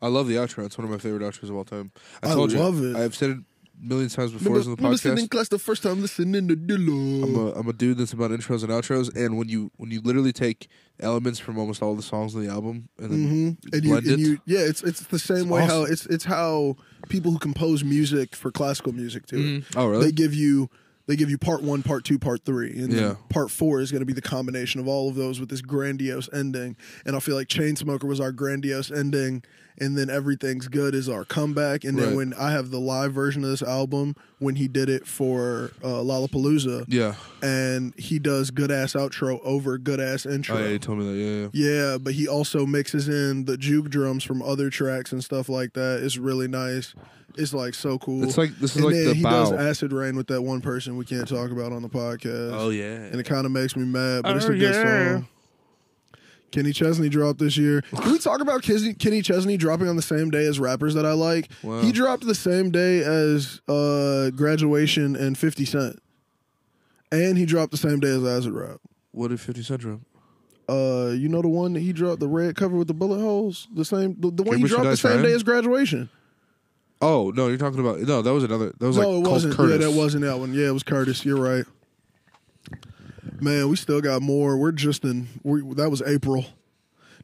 S2: I love the outro. It's one of my favorite outros of all time. I
S1: I
S2: told you.
S1: love it.
S2: I've said it millions times before
S1: Remember,
S2: on the
S1: remember sitting in
S2: podcast.
S1: class the first time listening to
S2: I'm
S1: Dilla.
S2: a, I'm a dude that's about intros and outros, and when you when you literally take elements from almost all the songs on the album and then
S1: Mm-hmm. And you,
S2: blend
S1: and
S2: it,
S1: you, yeah, it's it's the same way how
S2: awesome.
S1: it's it's how people who compose music for classical music do it.
S2: Mhm. oh really?
S1: They give you they give you part one, part two, part three, and
S2: Yeah.
S1: then part four is going to be the combination of all of those with this grandiose ending. And I feel like Chainsmoker was our grandiose ending, and then Everything's Good is our comeback. And then
S2: Right.
S1: when I have the live version of this album, when he did it for uh, Lollapalooza,
S2: yeah.
S1: and he does good ass outro over good ass intro.
S2: Oh yeah, you told me that. Yeah, yeah.
S1: Yeah, but he also mixes in the juke drums from other tracks and stuff like that. It's really nice. It's like so cool.
S2: It's like this is
S1: and
S2: like
S1: then
S2: the
S1: he
S2: bow.
S1: does acid rain with that one person we can't talk about on the podcast.
S2: oh yeah.
S1: And it kind of makes me mad, but it's
S2: Oh,
S1: a good
S2: yeah.
S1: song. Kenny Chesney dropped this year. Can we talk about Kizzy, Kenny Chesney dropping on the same day as rappers that I like?
S2: Wow.
S1: He dropped the same day as uh, Graduation and 50 Cent. And he dropped the same day as Acid Rap.
S2: what did Fifty Cent drop?
S1: Uh, you know the one that he dropped the red cover with the bullet holes. The same, the, the one he
S2: Cambridge
S1: dropped the
S2: United
S1: same
S2: Ryan?
S1: day as graduation.
S2: Oh no, you're talking about no. That was another. That was
S1: no,
S2: like
S1: it
S2: called
S1: wasn't.
S2: Curtis.
S1: Yeah, that wasn't that one. Yeah, it was Curtis. You're right. Man, we still got more. We're just in. We, that was April.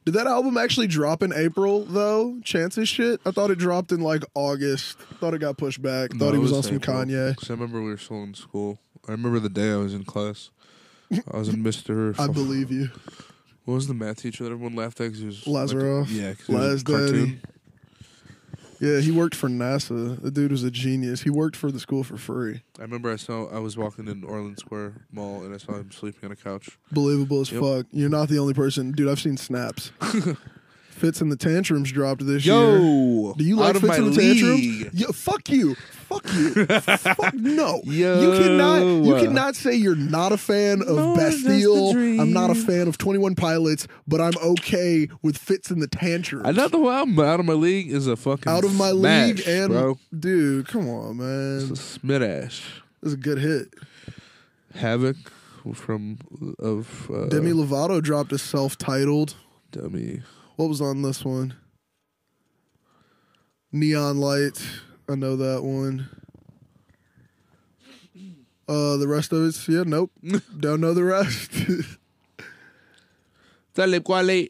S1: Did that album actually drop in April though? Chances shit. I thought it dropped in like August. Thought it got pushed back.
S2: No,
S1: thought he
S2: it
S1: was, on some
S2: April,
S1: Kanye.
S2: 'cause I remember we were still in school. I remember the day I was in class. I was in Mister.
S1: I believe you.
S2: What was the math teacher that everyone laughed at? Cause he was like-
S1: Lazaroff.
S2: yeah, 'cause he was a
S1: Laz Daddy.
S2: cartoon.
S1: Yeah, he worked for NASA. The dude was a genius. He worked for the school for free.
S2: I remember I saw. I was walking in Orland Square Mall and I saw him sleeping on a couch.
S1: Believable as
S2: Yep.
S1: fuck. You're not the only person, dude. I've seen snaps. Fits in the tantrums dropped this year.
S2: Yo,
S1: Do you like
S2: out of
S1: Fits
S2: my
S1: in the
S2: league.
S1: tantrums? Yo, fuck you. Fuck fuck you. fuck no.
S2: Yo.
S1: You cannot you cannot say you're not a fan of
S2: More just a
S1: Bastille. I'm
S2: dream.
S1: not a fan of 21 Pilots, but I'm okay with Fits in the Tantrums.
S2: Another one I'm out of my league is a fucking
S1: Out of my
S2: smash,
S1: league and
S2: bro.
S1: dude, come on, man.
S2: It's a Smith Ash.
S1: That's a good hit.
S2: Havoc from of uh,
S1: Demi Lovato dropped a self-titled.
S2: Demi.
S1: What was on this one? Neon Light. I know that one. Uh, the rest of it's yeah, nope. Don't know the rest.
S2: Um, Talib Kweli.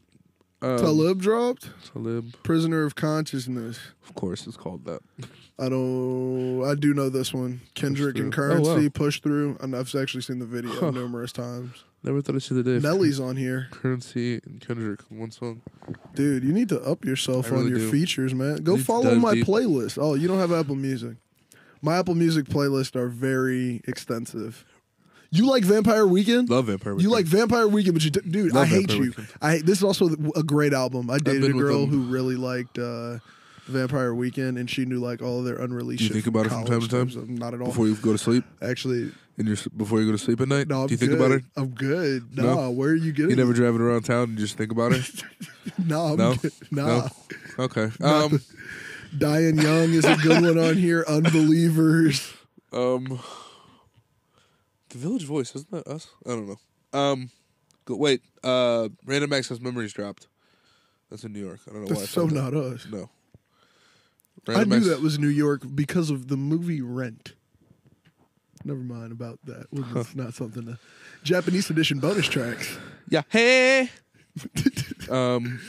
S2: Um,
S1: Talib dropped.
S2: Talib.
S1: Prisoner of Consciousness.
S2: Of course, it's called that.
S1: I don't. I do know this one. Kendrick and
S2: Through. Oh,
S1: Currency
S2: wow.
S1: push through. And I've actually seen the video
S2: Huh.
S1: numerous times.
S2: Never thought I'd see the day. of
S1: Nelly's on here,
S2: Currency and Kendrick in one song.
S1: dude. You need to up yourself
S2: I
S1: on
S2: really
S1: your
S2: do.
S1: features, man. Go
S2: Need to
S1: follow
S2: dive
S1: my
S2: deep.
S1: playlist. Oh, you don't have Apple Music. My Apple Music playlist are very extensive. You like Vampire Weekend?
S2: Love Vampire.
S1: You
S2: Weekend.
S1: like Vampire Weekend, but you d- dude,
S2: Love
S1: I hate
S2: Vampire
S1: you.
S2: Weekend.
S1: I this is also a great album. I dated a
S2: been with
S1: girl
S2: them.
S1: who really liked uh, Vampire Weekend, and she knew like all their unreleased.
S2: You
S1: shit
S2: think about it from
S1: college
S2: time to time?
S1: times. Not at all.
S2: before you go to sleep?
S1: Actually,
S2: In your s- before you go to sleep at night?
S1: no. I'm
S2: Do you think
S1: good.
S2: about her?
S1: I'm good.
S2: No?
S1: Nah, where are you getting?
S2: You never
S1: it?
S2: driving around town and just think about her?
S1: Nah, I'm
S2: No?
S1: good. Nah.
S2: no. Okay. Um.
S1: Diane Young is a good one on here. Unbelievers.
S2: Um. The Village Voice isn't that us? I don't know. Um. Go, wait. Uh. Random Access Memories dropped. That's in New York. Oh, I don't know why. I
S1: That's so
S2: said
S1: not
S2: that.
S1: us.
S2: No.
S1: I
S2: Random
S1: knew
S2: Access-
S1: that was New York because of the movie Rent. Never mind about that. It's not something. To... Japanese edition bonus tracks.
S2: Yeah. Hey. um.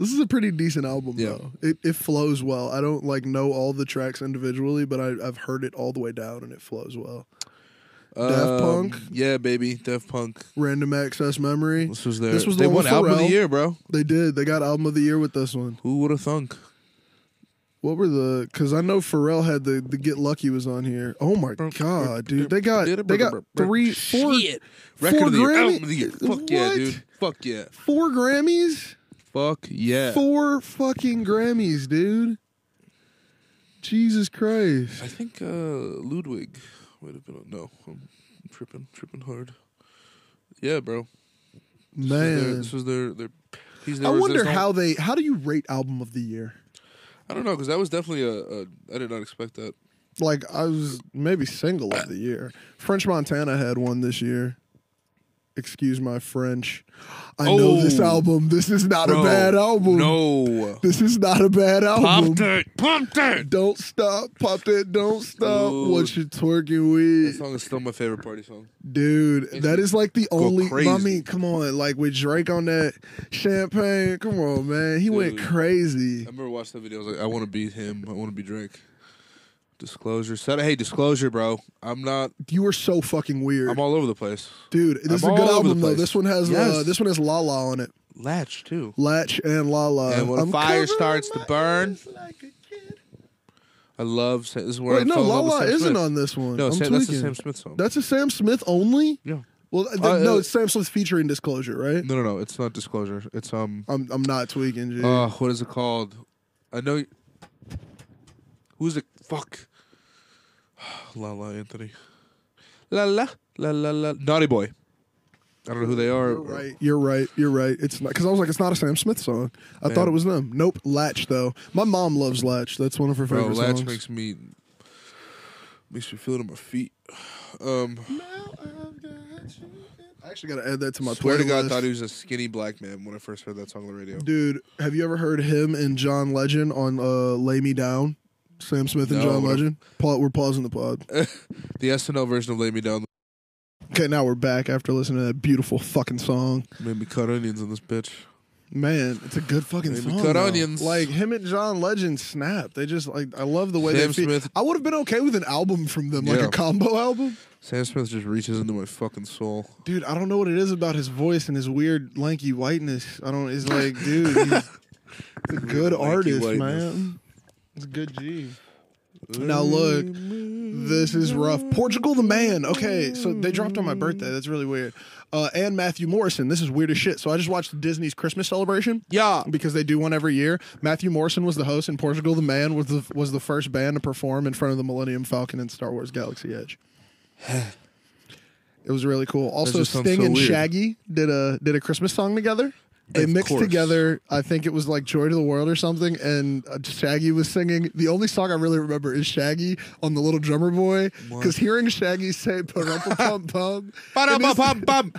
S1: This is a pretty decent album,
S2: Yeah.
S1: though. It, it flows well. I don't like know all the tracks individually, but I, I've heard it all the way down, and it flows well. Daft
S2: um,
S1: Punk?
S2: Yeah, baby. Def Punk.
S1: Random access memory.
S2: This was their.
S1: This was the
S2: they
S1: one
S2: won
S1: with
S2: album of the
S1: Pharrell.
S2: year, bro.
S1: They did. They got album of the year with this one.
S2: Who would have thunk?
S1: What were the? Because I know Pharrell had the the Get Lucky was on here. Oh my god, dude! They got they got three four
S2: Shit. Record
S1: four
S2: of the year.
S1: Grammy-
S2: Album of the year. Fuck yeah,
S1: What?
S2: dude. Fuck yeah.
S1: four Grammys,
S2: Fuck yeah.
S1: four fucking Grammys, dude. Jesus Christ!
S2: I think uh, Ludwig might have been on. No, I'm tripping, tripping hard. Yeah, bro. This was their-
S1: Man,
S2: This was their. their he's
S1: I
S2: their
S1: wonder
S2: resistance.
S1: how they. How do you rate album of the year?
S2: I don't know, because that was definitely a, a. I did not expect that.
S1: Like I was maybe single of the year. French Montana had one this year. Excuse my French. I know this
S2: Oh.
S1: album. This is not
S2: Bro,
S1: a bad album.
S2: No.
S1: This is not a bad album.
S2: Pop that. Pop that.
S1: Don't stop, pop that, don't stop.
S2: Dude.
S1: What you twerking
S2: That
S1: with,
S2: song is still my favorite party song.
S1: dude? That is like the only.
S2: crazy.
S1: I mean, come on, like with Drake on that champagne. Come on, man, he went
S2: Dude.
S1: crazy.
S2: I remember watching that video. I was like, I want to be him. I want to be Drake. Disclosure. Said, hey, disclosure, bro. I'm not.
S1: You were so fucking weird,
S2: I'm all over the place.
S1: dude. This is a
S2: I'm
S1: good
S2: all over the
S1: album though.
S2: place.
S1: This one has uh,
S2: Yes.
S1: this one has La La on it.
S2: Latch too.
S1: Latch and La La.
S2: And when a
S1: I'm covering
S2: fire starts to
S1: my
S2: burn-
S1: ears like a kid.
S2: I love. Sa- This is where I
S1: Wait, no,
S2: fell in
S1: La
S2: love with
S1: La
S2: Sam
S1: isn't
S2: Smith.
S1: on this one.
S2: No,
S1: I'm
S2: Sam, that's the
S1: tweaking.
S2: Sam Smith song.
S1: That's a Sam Smith only.
S2: yeah.
S1: Well, th-
S2: Uh,
S1: no,
S2: uh,
S1: it's Sam Smith featuring Disclosure, right?
S2: No, no, no. It's not disclosure. It's um.
S1: I'm I'm not tweaking, dude.
S2: Uh, what is it called? I know. y- Who's it? Fuck. La la Anthony. La la la la la. Naughty boy. I don't know who they are.
S1: You're right. You're right. You're right. It's not because I was like, it's not a Sam Smith song. I
S2: Man.
S1: thought it was them. Nope. Latch though. My mom loves Latch. That's one of her
S2: Bro,
S1: favorite
S2: Latch
S1: songs.
S2: makes me makes me feel it on my feet. Um,
S1: I actually gotta add that to my
S2: swear to God,
S1: playlist.
S2: I thought he was a skinny black man when I first heard that song on the radio.
S1: Dude, have you ever heard him and John Legend on uh, "Lay Me Down"? Sam Smith and
S2: No,
S1: John
S2: what a-
S1: Legend. Pa- we're pausing the pod.
S2: The SNL version of "Lay Me Down"
S1: Okay, now we're back after listening to that beautiful fucking song.
S2: made me cut onions on this bitch.
S1: Man, it's a good fucking
S2: They
S1: song.
S2: cut
S1: though.
S2: onions.
S1: Like him and John Legend snap. They just like I love the way
S2: Sam
S1: they. fe-
S2: Smith.
S1: I would have been okay with an album from them, like
S2: Yeah.
S1: a combo album.
S2: Sam Smith just reaches into my fucking soul.
S1: Dude, I don't know what it is about his voice and his weird lanky whiteness. I don't. It's like, dude, he's, he's a good
S2: Lanky
S1: artist,
S2: whiteness.
S1: man. He's a good G. Now look, this is rough. Portugal the Man. Okay, so they dropped on my birthday. That's really weird. Uh, and Matthew Morrison. This is weird as shit. So I just watched Disney's Christmas celebration
S2: Yeah.
S1: because they do one every year. Matthew Morrison was the host, and Portugal the Man was the was the first band to perform in front of the Millennium Falcon in Star Wars Galaxy Edge. it was really cool. Also,
S2: just sounds
S1: Sting
S2: so
S1: and
S2: weird.
S1: Shaggy did a did a Christmas song together. They
S2: Of
S1: mixed
S2: course.
S1: together. I think it was like "Joy to the World" or something, and uh, Shaggy was singing. The only song I really remember is Shaggy on the Little Drummer Boy, because hearing Shaggy say "Parumpa Pum Pum," it is-
S2: Ba-da-ba-bum-bum.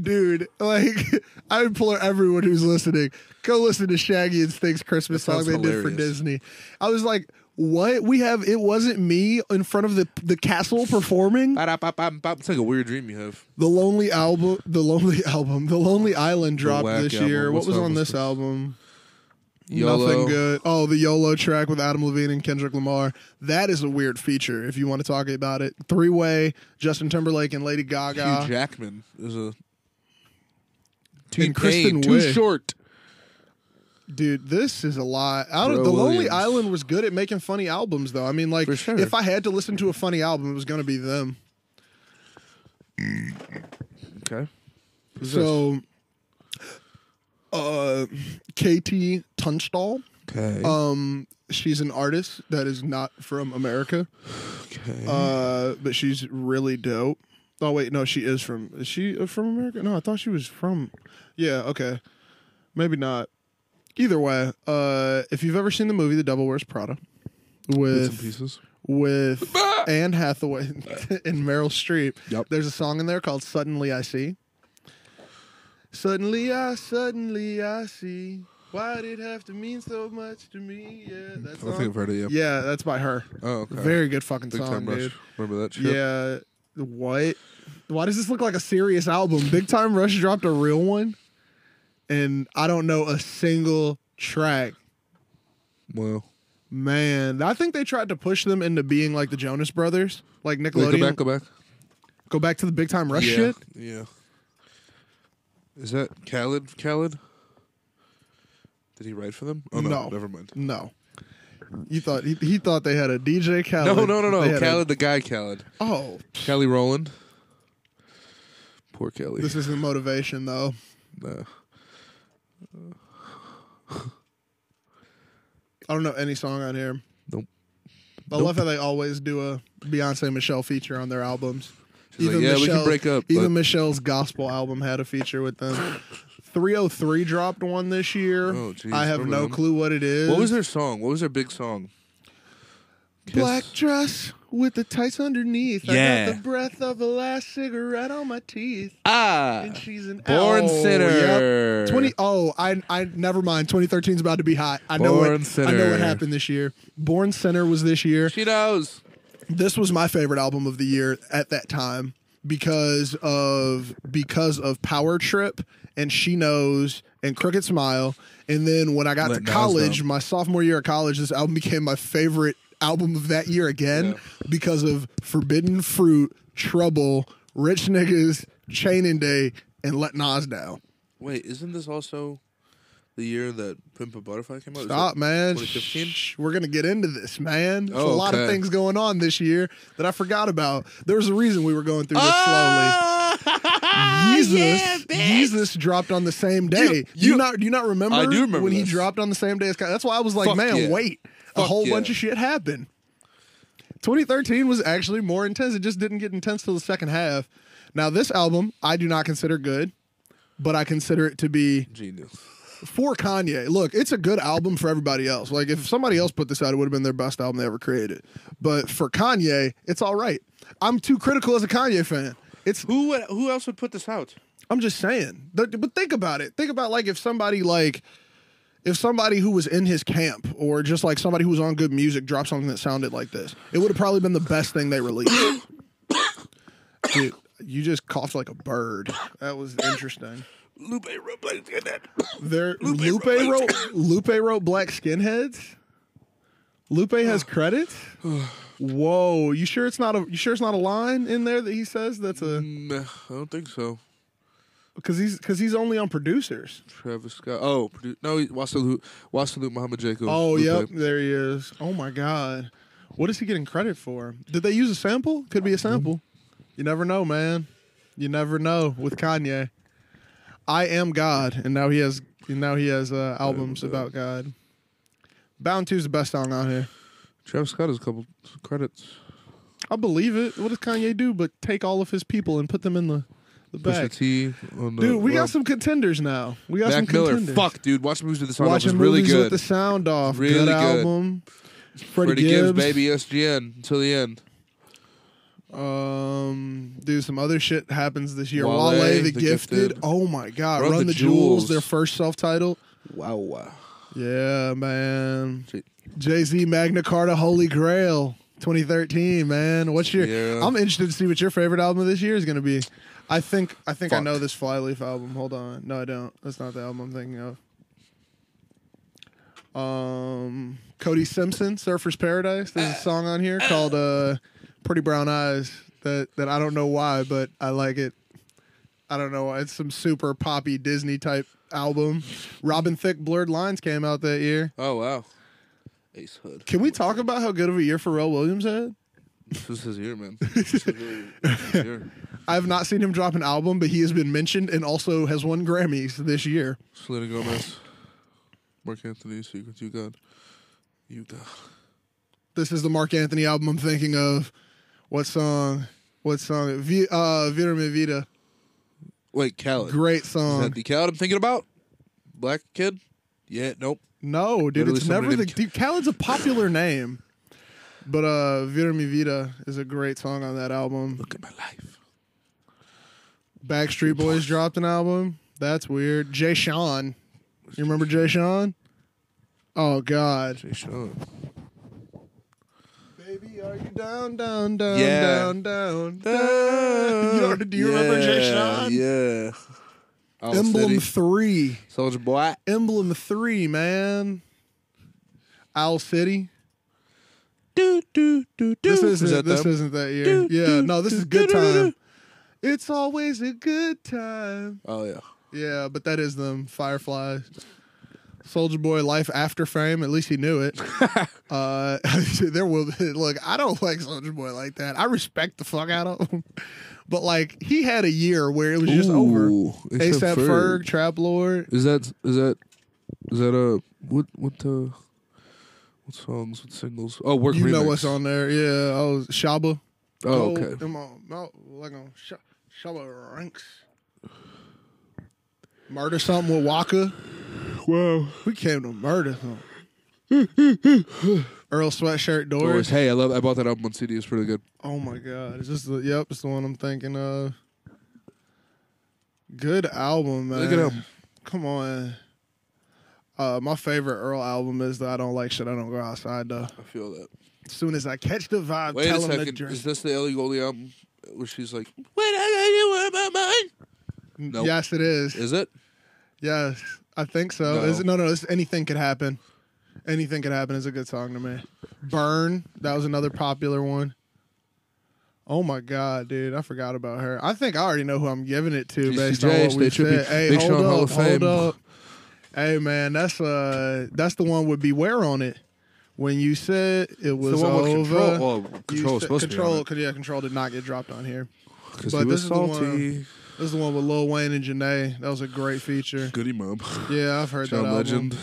S1: dude like i implore everyone who's listening go listen to shaggy and sting's christmas
S2: That
S1: song
S2: sounds
S1: they did for
S2: hilarious.
S1: disney i was like what we have it wasn't me in front of the the castle performing
S2: Ba-da-ba-bum-bum. It's like a weird dream you have.
S1: the lonely album the lonely album the lonely island dropped
S2: whack
S1: this
S2: album.
S1: year
S2: What's
S1: what was
S2: up
S1: on
S2: with
S1: this
S2: this?
S1: album
S2: YOLO.
S1: Nothing good. Oh, the YOLO track with Adam Levine and Kendrick Lamar. That is a weird feature if you want to talk about it. Three way, Justin Timberlake and Lady Gaga.
S2: Hugh Jackman is a. Too,
S1: And Kristen
S2: too
S1: Wiig.
S2: short.
S1: Dude, this is a lot. I don't,
S2: Pharrell
S1: the Lonely
S2: Williams.
S1: Island was good at making funny albums, though. I mean, like,
S2: For sure.
S1: if I had to listen to a funny album, it was going to be them.
S2: Okay. Who's
S1: so, uh, KT Tunstall,
S2: Okay.
S1: um, she's an artist that is not from America,
S2: okay.
S1: uh, but she's really dope. Oh wait, no, she is from. Is she uh, from America? No, I thought she was from. Yeah, okay, maybe not. Either way, uh, if you've ever seen the movie The Devil Wears Prada,
S2: Bits and
S1: with
S2: pieces.
S1: with Anne Hathaway and Meryl Streep.
S2: Yep.
S1: There's a song in there called "Suddenly I See." Suddenly I, suddenly I see. Why did it have to mean so much to me? Yeah, that
S2: I think I've
S1: song.
S2: heard it. Yeah.
S1: Yeah, that's by her.
S2: Oh, okay.
S1: Very good fucking
S2: Big
S1: song,
S2: time rush.
S1: dude.
S2: Remember that shit?
S1: Yeah. What? Why does this look like a serious album? Big Time Rush dropped a real one, and I don't know a single track.
S2: Well,
S1: Man, I think they tried to push them into being like the Jonas Brothers, like
S2: Wait,
S1: Nickelodeon.
S2: go back. Go back.
S1: Go back to the big time rush
S2: yeah.
S1: shit.
S2: Yeah. Is that Khaled? Khaled? Did he write for them? Oh no,
S1: No.
S2: never mind.
S1: No, you thought he, he thought they had a DJ Khaled.
S2: No, no, no,
S1: They
S2: no.
S1: had a-
S2: Khaled, the guy Khaled.
S1: oh,
S2: Kelly Rowland. Poor Kelly.
S1: this isn't motivation though.
S2: Nah.
S1: I don't know any song on here.
S2: Nope.
S1: I love how they always do a Beyonce Michelle feature on their albums.
S2: She's like, yeah, we can break up.
S1: Even
S2: but
S1: Michelle's gospel album had a feature with them. 303 dropped one this year.
S2: Oh, jeez,
S1: I have
S2: remember
S1: no
S2: them?
S1: clue what it is.
S2: what was their song? What was their big song? Kiss?
S1: Black dress with the tights underneath. I
S2: Yeah.
S1: got the breath of a last cigarette on my teeth.
S2: Ah.
S1: And she's an
S2: Born
S1: oh,
S2: Sinner.
S1: Yep. Twenty. Oh, I. I. Never mind. 2013 is about to be hot. I know
S2: Born
S1: what. I know
S2: Sinner.
S1: what happened this year. Born Center was this year.
S2: She knows.
S1: This was my favorite album of the year at that time because of because of Power Trip and She Knows and Crooked Smile. And then when I got
S2: Let
S1: to
S2: Nas
S1: college,
S2: know.
S1: my sophomore year at college, this album became my favorite album of that year again
S2: Yeah.
S1: because of Forbidden Fruit, Trouble, Rich Niggas, Chaining Day, and Let Nas Down.
S2: Wait, isn't this also the year that Pimp a Butterfly came out? Is
S1: Stop,
S2: that
S1: Ah, man.
S2: 2015?
S1: Shh, We're gonna get into this, man. There's a
S2: Oh,
S1: lot of
S2: okay.
S1: things going on this year that I forgot about. There was a reason we were going through this
S2: Ah!
S1: slowly. Jesus, Jesus dropped on the same day. Do You,
S2: you-
S1: not, do you not remember?
S2: I do remember
S1: when
S2: this.
S1: he dropped on the same day as. Ky- That's why I was like,
S2: Fuck
S1: man,
S2: yeah.
S1: wait. a
S2: Fuck
S1: whole
S2: yeah.
S1: bunch of shit happened. 2013 was actually more intense. It just didn't get intense till the second half. Now, this album I do not consider good, but I consider it to be
S2: Genius.
S1: for Kanye, look, it's a good album for everybody else. Like if somebody else put this out, it would have been their best album they ever created. But for Kanye, it's all right. I'm too critical as a Kanye fan. It's
S2: Who would, who else would put this out?
S1: I'm just saying. But but think about it. Think about like if somebody like if somebody who was in his camp or just like somebody who was on good music dropped something that sounded like this, it would have probably been the best thing they released. Dude, you just coughed like a bird. That was interesting.
S2: Lupe Robles did that.
S1: There, Lupe, wrote Lupe wrote Black Skinheads. Lupe has credits. Whoa, you sure it's not a you sure it's not a line in there that he says that's a
S2: Nah, Mm, I don't think so.
S1: because he's because he's only on producers.
S2: Travis Scott. Oh, produ- no, he- Wasalu, Wasalu Muhammad Jacob.
S1: Oh
S2: Lupe.
S1: yep, there he is. Oh my god, What is he getting credit for? Did they use a sample? Could be a sample. You never know, man. You never know with Kanye. I am God, and now he has and now he has uh, albums
S2: God.
S1: about God. Bound Two's the best song out here.
S2: Travis Scott has a couple credits.
S1: I believe it. What does Kanye do but take all of his people and put them in the the
S2: Pusha
S1: back?
S2: T on the
S1: Dude, we
S2: well,
S1: got some contenders now. We got some
S2: Mac Miller.
S1: contenders.
S2: Fuck, dude. Watch movies with the song. off. It's
S1: Watching
S2: really
S1: movies with
S2: good.
S1: the sound off.
S2: Really
S1: good,
S2: good.
S1: album. Freddie,
S2: Freddie Gibbs, baby, SGN until the end.
S1: Um, dude, some other shit happens this year. Wale,
S2: Wale,
S1: the,
S2: The
S1: Gifted.
S2: Gifted.
S1: Oh my God, Run, the, Jewels. their first self-title.
S2: Wow, wow.
S1: Yeah, man.
S2: Shit.
S1: Jay Z, Magna Carta, Holy Grail, 2013, man. What's your?
S2: Yeah.
S1: I'm interested to see what your favorite album of this year is going to be. I think I think I
S2: Fuck.
S1: know this Flyleaf album. Hold on, no, I don't. That's not the album I'm thinking of. Um, Cody Simpson, Surfer's Paradise. There's a song on here called uh, "Pretty Brown Eyes" that that I don't know why, but I like it. I don't know. why. It's some super poppy Disney type album. Robin Thicke, Blurred Lines came out that year.
S2: Oh wow. Ace Hood.
S1: Can we talk about how good of a year Pharrell Williams had?
S2: This was his year, man. This was really his year.
S1: I have not seen him drop an album, but he has been mentioned and also has won Grammys this year.
S2: Selena Gomez, Mark Anthony, Secrets You Got, You Got.
S1: This is the Mark Anthony album I'm thinking of. What song? What song? V- uh, Vita Mi Vida.
S2: Wait, Khaled.
S1: Great
S2: Is
S1: song.
S2: that the Khaled I'm thinking about? Black kid? Yeah, nope.
S1: no, dude,
S2: Literally
S1: it's never
S2: somebody
S1: the.
S2: named-
S1: Dude, Khaled's a popular name. But uh, Vita Mi Vida is a great song on that album.
S2: Look at my life.
S1: Backstreet Boys dropped an album. That's weird. Jay Sean. You remember Jay Sean? Oh, God.
S2: Jay Sean.
S1: Baby, are you down, down, down,
S2: Yeah.
S1: down, down, down? You know, do you remember Jay Sean?
S2: Yeah. Owl
S1: Emblem
S2: City.
S1: three,
S2: Soldier Boy.
S1: Emblem three, man. Owl City.
S2: Do, do, do, do.
S1: This isn't.
S2: Is that
S1: this
S2: them?
S1: isn't that year.
S2: Do,
S1: yeah,
S2: do,
S1: no, this
S2: do,
S1: is good
S2: do, do, do.
S1: time. It's always a good time.
S2: Oh, yeah.
S1: Yeah, but that is them. Fireflies. Soldier Boy, life after fame. At least he knew it. uh, there will be, look. I don't like Soldier Boy like that. I respect the fuck out of him, but like he had a year where it was just over.
S2: Ooh,
S1: ASAP
S2: except
S1: Ferg, Trap Lord.
S2: Is that is that is that uh what what uh what songs what singles? Oh, work.
S1: You know
S2: Remix.
S1: what's on there? Yeah. Oh, Shaba.
S2: Oh,
S1: Go,
S2: okay.
S1: Come on, no, like on Sha- Shaba ranks. Murder something with Waka.
S2: Wow.
S1: We came to murder something. Earl sweatshirt doors.
S2: Doris. Hey, I love. I bought that album on CD. It's pretty good.
S1: Oh my god! Is this the? Yep, it's the one I'm thinking of. Good album, man.
S2: Look at him.
S1: Come on. Uh, my favorite Earl album is the I Don't Like Shit. I Don't Go Outside. Though.
S2: I feel that.
S1: As soon as I catch the vibe,
S2: Wait a
S1: tell him to
S2: second.
S1: drink.
S2: Is this the Ellie Goldie album where she's like, "What I got you on my mind"? Nope.
S1: Yes, it is.
S2: Is it?
S1: yes, I think so.
S2: No.
S1: Is it, no, no. It's, anything could happen. Anything could happen is a good song to me. Burn. That was another popular one. Oh my god, dude! I forgot about her. I think I already know who I'm giving it to
S2: GCJ,
S1: based on what we
S2: State Tribute.
S1: said. Hey,
S2: Big
S1: hold
S2: Sean
S1: up,
S2: Hall of
S1: hold
S2: Fame.
S1: up. Hey man, that's uh, that's the one with Beware on it. When you said it was
S2: the one
S1: over,
S2: with control. oh, Well,
S1: you
S2: control is
S1: said-
S2: supposed
S1: control,
S2: to
S1: could- yeah, control did not get dropped on here.
S2: be because
S1: but
S2: he
S1: this
S2: was
S1: is the one-
S2: salty.
S1: This is the one with Lil Wayne and Janae. That was a great feature.
S2: Goody Mom,
S1: Yeah, I've heard that
S2: John
S1: album.
S2: Legend.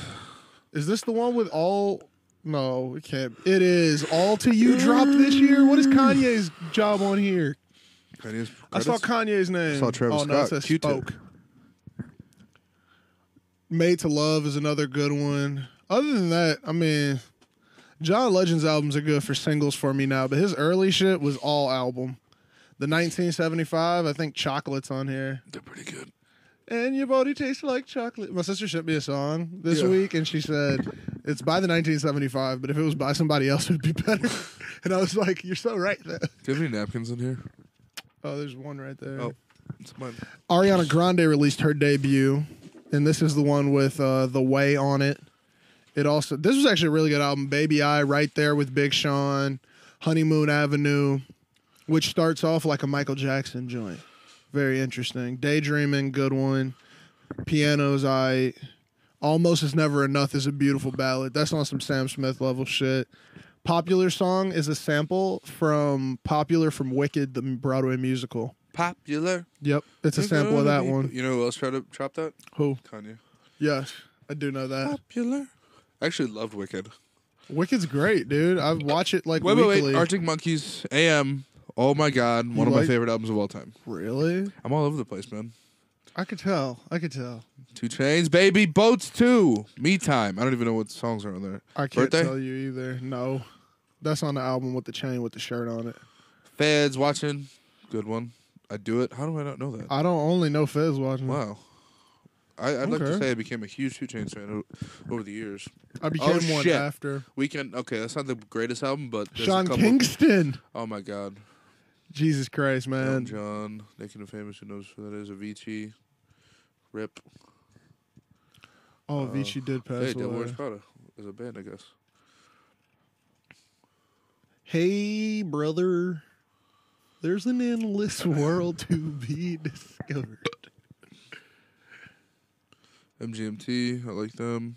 S1: Is this the one with all? No, it can't. It is all to you dropped this year. What is Kanye's job on here?
S2: Kanye's
S1: I saw
S2: credits.
S1: Kanye's name.
S2: saw Travis
S1: oh, no, it
S2: Scott,
S1: says
S2: Q-Tip.
S1: Spoke. Made to Love is another good one. Other than that, I mean, John Legend's albums are good for singles for me now, but his early shit was all album. The 1975, I think Chocolate's on here.
S2: They're pretty good.
S1: And your body tastes like chocolate. My sister sent me a song this
S2: Yeah.
S1: week, and she said it's by the 1975, but if it was by somebody else, it'd be better. and I was like, "You're so right." Though.
S2: Do you have any napkins in here?
S1: Oh, there's one right there.
S2: Oh, it's mine.
S1: Ariana Grande released her debut, and this is the one with uh, the way on it. It also this was actually a really good album. Baby I right there with Big Sean, Honeymoon Avenue, which starts off like a Michael Jackson joint. Very interesting. Daydreaming, good one. Pianos I Almost is Never Enough is a beautiful ballad. That's on some Sam Smith level shit. Popular song is a sample from Popular from Wicked, the Broadway musical.
S2: Popular.
S1: Yep, it's a sample of that one.
S2: You know who else tried to drop that?
S1: Who?
S2: Kanye.
S1: Yes, I do know that.
S2: Popular. I actually loved Wicked.
S1: Wicked's great, dude. I watch it like
S2: Wait, wait,
S1: weekly.
S2: wait. Arctic Monkeys, AM. Oh my God, one of my
S1: like-
S2: favorite albums of all time.
S1: really?
S2: I'm all over the place, man.
S1: I could tell. I could tell.
S2: Two Chains, baby, Boats too. Me Time. I don't even know what songs are on there.
S1: I can't
S2: Birthday?
S1: tell you either. No, that's on the album with the chain with the shirt on it.
S2: Feds watching, good one. I do it. How do I not know that?
S1: I don't only know Fez watching. it.
S2: Wow. I, I'd like to
S1: Okay.
S2: say I became a huge Two Chains fan o- over the years.
S1: I became
S2: Oh,
S1: one
S2: shit.
S1: after
S2: Weekend. Okay, that's not the greatest album, but there's
S1: Sean
S2: a couple.
S1: Kingston.
S2: Oh my God.
S1: Jesus Christ, man.
S2: Elton John, Naked and Famous, who knows who that is? Avicii, Rip.
S1: Oh, Avicii did
S2: hey,
S1: pass
S2: Devil Wears
S1: away.
S2: Prada is a band, I guess.
S1: Hey, brother. There's an endless world to be discovered.
S2: MGMT, I like them.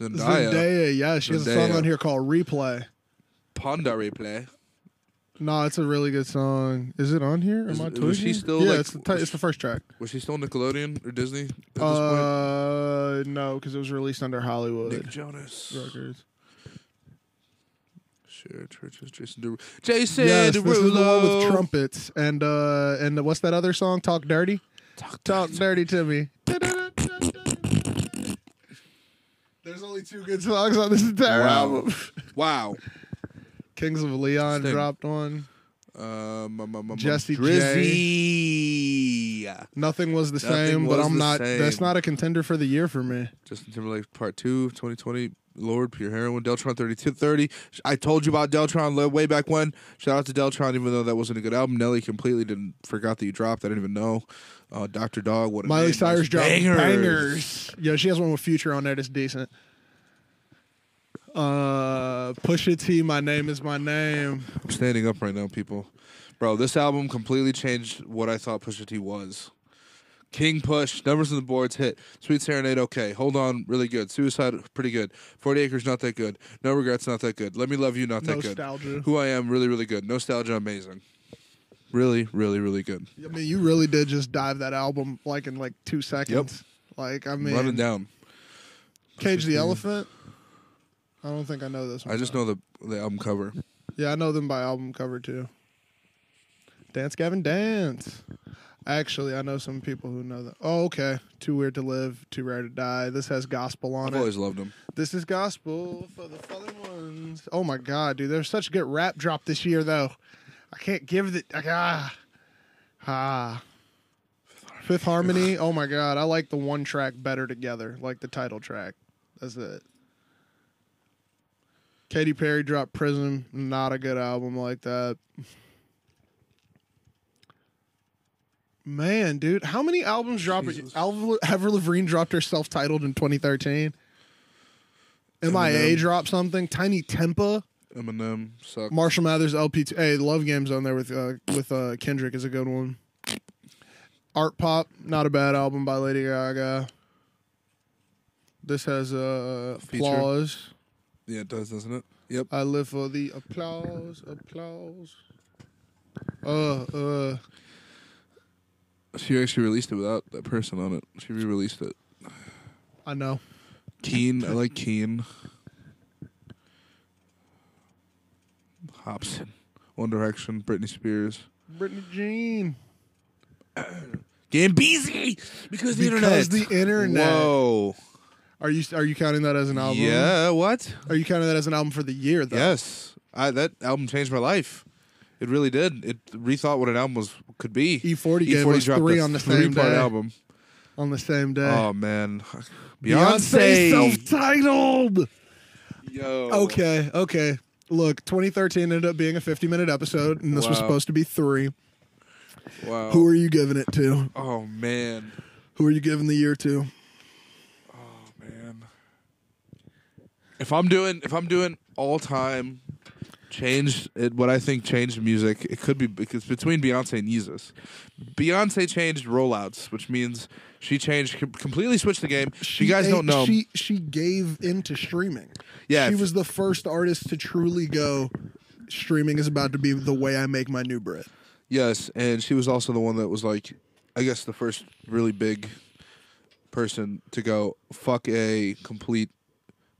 S2: Zendaya,
S1: Zendaya, yeah, she has a
S2: Zendaya.
S1: song on here called Replay.
S2: Panda Replay.
S1: No, it's a really good song. Is it on here? Am
S2: Is-
S1: I
S2: was
S1: tweaking?
S2: she still,
S1: yeah,
S2: like-
S1: it's, the ti- it's the first track.
S2: Was she still Nickelodeon or Disney at this point?
S1: Uh, no, because it was released under Hollywood
S2: Nick Jonas.
S1: Records.
S2: Sure, churches. Jason Derulo. Jason
S1: Yes, this is the one
S2: Derulo.
S1: with trumpets and uh and what's that other song? Talk dirty.
S2: Talk
S1: Talk dirty to me. There's only two good songs on this entire
S2: Wow.
S1: album.
S2: Wow.
S1: Kings of Leon
S2: Sting.
S1: dropped one.
S2: Um, um, um, um,
S1: Jesse J.
S2: Drizzy.
S1: Nothing was the
S2: Nothing
S1: same, but
S2: was
S1: I'm
S2: the
S1: not. That's
S2: same.
S1: not a contender for the year for me.
S2: Justin Timberlake, Part 2, 2020. Lord, Pure Heroin, Deltron 3230. I told you about Deltron li- way back when. Shout out to Deltron, even though that wasn't a good album. Nelly completely didn't forgot that you dropped. I didn't even know. Uh, Dr. Dog, what a
S1: Miley
S2: name.
S1: Cyrus
S2: Those
S1: dropped bangers.
S2: bangers.
S1: Yo, she has one with Future on there that's decent. Uh, Pusha T, my name is my name.
S2: I'm standing up right now, people. Bro, this album completely changed what I thought Pusha T was. King Push, Numbers on the Boards hit. Sweet Serenade, okay. Hold on, really good. Suicide, pretty good. 40 Acres, not that good. No Regrets, not that good. Let Me Love You, not that good.
S1: Nostalgia.
S2: Who I Am, really, really good. Nostalgia, amazing. Really, really, really good.
S1: I mean, you really did just dive that album like in like two seconds. Like, I mean,
S2: Run it down.
S1: Cage the Elephant. I don't think I know this one.
S2: I just know the, the album cover.
S1: Yeah, I know them by album cover too. Dance Gavin Dance. Actually, I know some people who know that. Oh, okay. Too Weird to Live, Too Rare to Die. This has gospel on
S2: I've
S1: it.
S2: always loved him.
S1: This is gospel for the fallen ones. Oh my god, dude, there's such a good rap drop this year though. I can't give the like, ah ah. Fifth Harmony. Oh my god, I like the one track better together, like the title track. That's it. Katy Perry dropped Prism. Not a good album like that. Man, dude, how many albums dropped?
S2: Jesus.
S1: Avril Avril Lavigne dropped her self-titled in 2013. MIA
S2: Eminem.
S1: dropped something. Tiny Tempa.
S2: Eminem, suck.
S1: Marshall Mathers LP. T- hey, Love Games on there with uh, with uh, Kendrick is a good one. Art Pop, not a bad album by Lady Gaga. This has uh,
S2: Feature.
S1: applause.
S2: yeah, it does, doesn't it? Yep.
S1: I live for the applause, applause. Uh, uh,
S2: She actually released it without that person on it. She re released it.
S1: I know.
S2: Keen, I like Keen. Hobson, One Direction, Britney Spears,
S1: Brittany Jean.
S2: Getting busy because the
S1: Because
S2: internet.
S1: the internet.
S2: Whoa.
S1: Are you are you counting that as an album?
S2: Yeah. What?
S1: Are you counting that as an album for the year though?
S2: Yes. I, that album changed my life. It really did. It rethought what an album was could be.
S1: E40 E gave us
S2: E dropped
S1: three
S2: a
S1: on the same
S2: three-part
S1: day.
S2: album.
S1: On the same day.
S2: Oh man,
S1: Beyonce
S2: Beyonce. Oh,
S1: self-titled.
S2: Yo.
S1: Okay, okay. Look, 2013 ended up being a 50 minute episode, and this was
S2: Wow. Oh.
S1: supposed to be three.
S2: Wow.
S1: Who are you giving it to?
S2: oh man.
S1: Who are you giving the year to?
S2: man. If I'm doing if I'm doing all time changed it, what I think changed music. It could be because between Beyonce and Yeezus, Beyonce changed rollouts, which means she changed com- completely switched the game. you guys
S1: ate-
S2: don't know.
S1: She she gave into streaming.
S2: Yeah,
S1: she
S2: if-
S1: was the first artist to truly go. Streaming is about to be the way I make my new bread.
S2: Yes, and she was also the one that was like, I guess the first really big person to go fuck a complete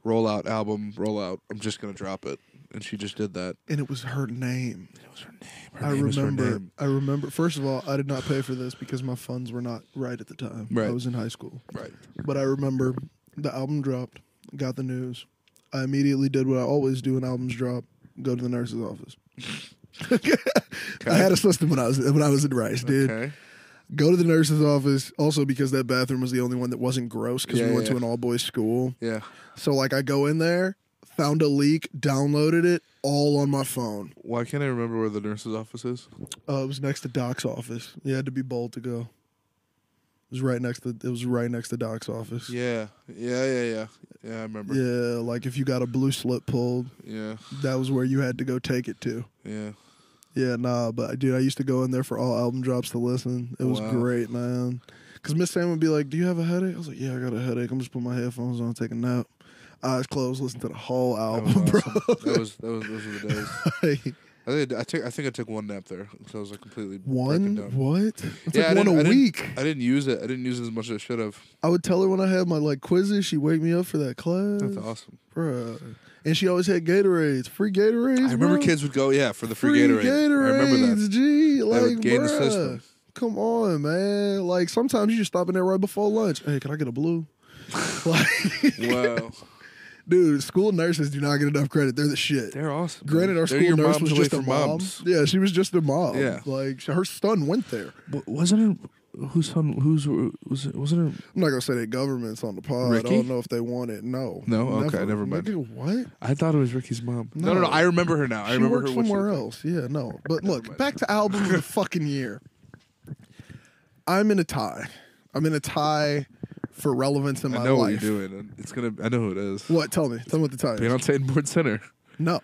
S2: rollout album rollout. I'm just gonna drop it, and she just did that.
S1: And it was her name.
S2: It was her name.
S1: I remember. I remember. First of all, I did not pay for this because my funds were not right at the time. I
S2: Right.
S1: was in high school.
S2: Right.
S1: But I remember the album dropped, got the news. I immediately did what I always do when albums drop: go to the nurse's office. I had a system when I was when I was in Rice, dude.
S2: Okay.
S1: Go to the nurse's office. Also, because that bathroom was the only one that wasn't gross because
S2: Yeah,
S1: we went
S2: yeah.
S1: to an all boys school.
S2: Yeah.
S1: So like, I go in there, found a leak, downloaded it all on my phone.
S2: Why can't I remember where the nurse's office is?
S1: Uh, it was next to Doc's office. You had to be bold to go. It was right next to. It was right next to Doc's office.
S2: Yeah. Yeah. Yeah. Yeah. Yeah. I remember. Yeah.
S1: Yeah, like if you got a blue slip pulled,
S2: Yeah.
S1: that was where you had to go take it to.
S2: Yeah.
S1: Yeah, nah, but dude, I used to go in there for all album drops to listen. It was
S2: Wow.
S1: great, man. Because Miss Sam would be like, "Do you have a headache?" I was like, "Yeah, I got a headache. I'm just putting my headphones on, taking a nap, eyes closed, listen to the whole
S2: That was,
S1: album,
S2: awesome.
S1: bro."
S2: that was that was those were the days.
S1: Like,
S2: I think I, took I think I took one nap there because I was like completely broken
S1: one
S2: down.
S1: what? It's
S2: Yeah, I
S1: like
S2: didn't-
S1: one
S2: I
S1: a
S2: didn't-
S1: week.
S2: I didn't use it. I didn't use it as much as I should have.
S1: I would tell her when I had my like quizzes, she'd wake me up for that class.
S2: That's awesome.
S1: Bruh. And she always had Gatorades, free Gatorades.
S2: I remember
S1: bruh.
S2: kids would go, yeah, for the free,
S1: free
S2: Gatorade. I remember
S1: Gatorades.
S2: that.
S1: Gee,
S2: would
S1: like
S2: gain the
S1: bruh,
S2: system.
S1: Come on, man. Like sometimes you just stop in there right before lunch. Hey, can I get a blue? like,
S2: Wow,
S1: dude, school nurses do not get enough credit. They're the shit.
S2: they're awesome.
S1: Granted, our
S2: They're
S1: school
S2: your
S1: nurse
S2: mom's
S1: was
S2: away
S1: just a
S2: from
S1: mom.
S2: moms.
S1: Yeah, she was just a mom.
S2: Yeah.
S1: like her son went there.
S2: wasn't it whose son? Whose was it? Wasn't it?
S1: I'm not gonna say that government's on the pod. I
S2: Ricky?
S1: don't know if they want it. No,
S2: No? Okay, never mind.
S1: Nigga, what?
S2: I thought it was Ricky's mom. No, no, no.
S1: No.
S2: I remember her now. I
S1: She
S2: remember
S1: worked
S2: her. when she-
S1: somewhere else. Yeah, no. But look,
S2: mind.
S1: back to album of the fucking year. I'm in a tie. I'm in a tie for relevance in my
S2: I know what
S1: life.
S2: you're doing. and It's gonna. I know who it is.
S1: What? Tell me. Tell me what the tie is.
S2: Beyonce and Board Center.
S1: No,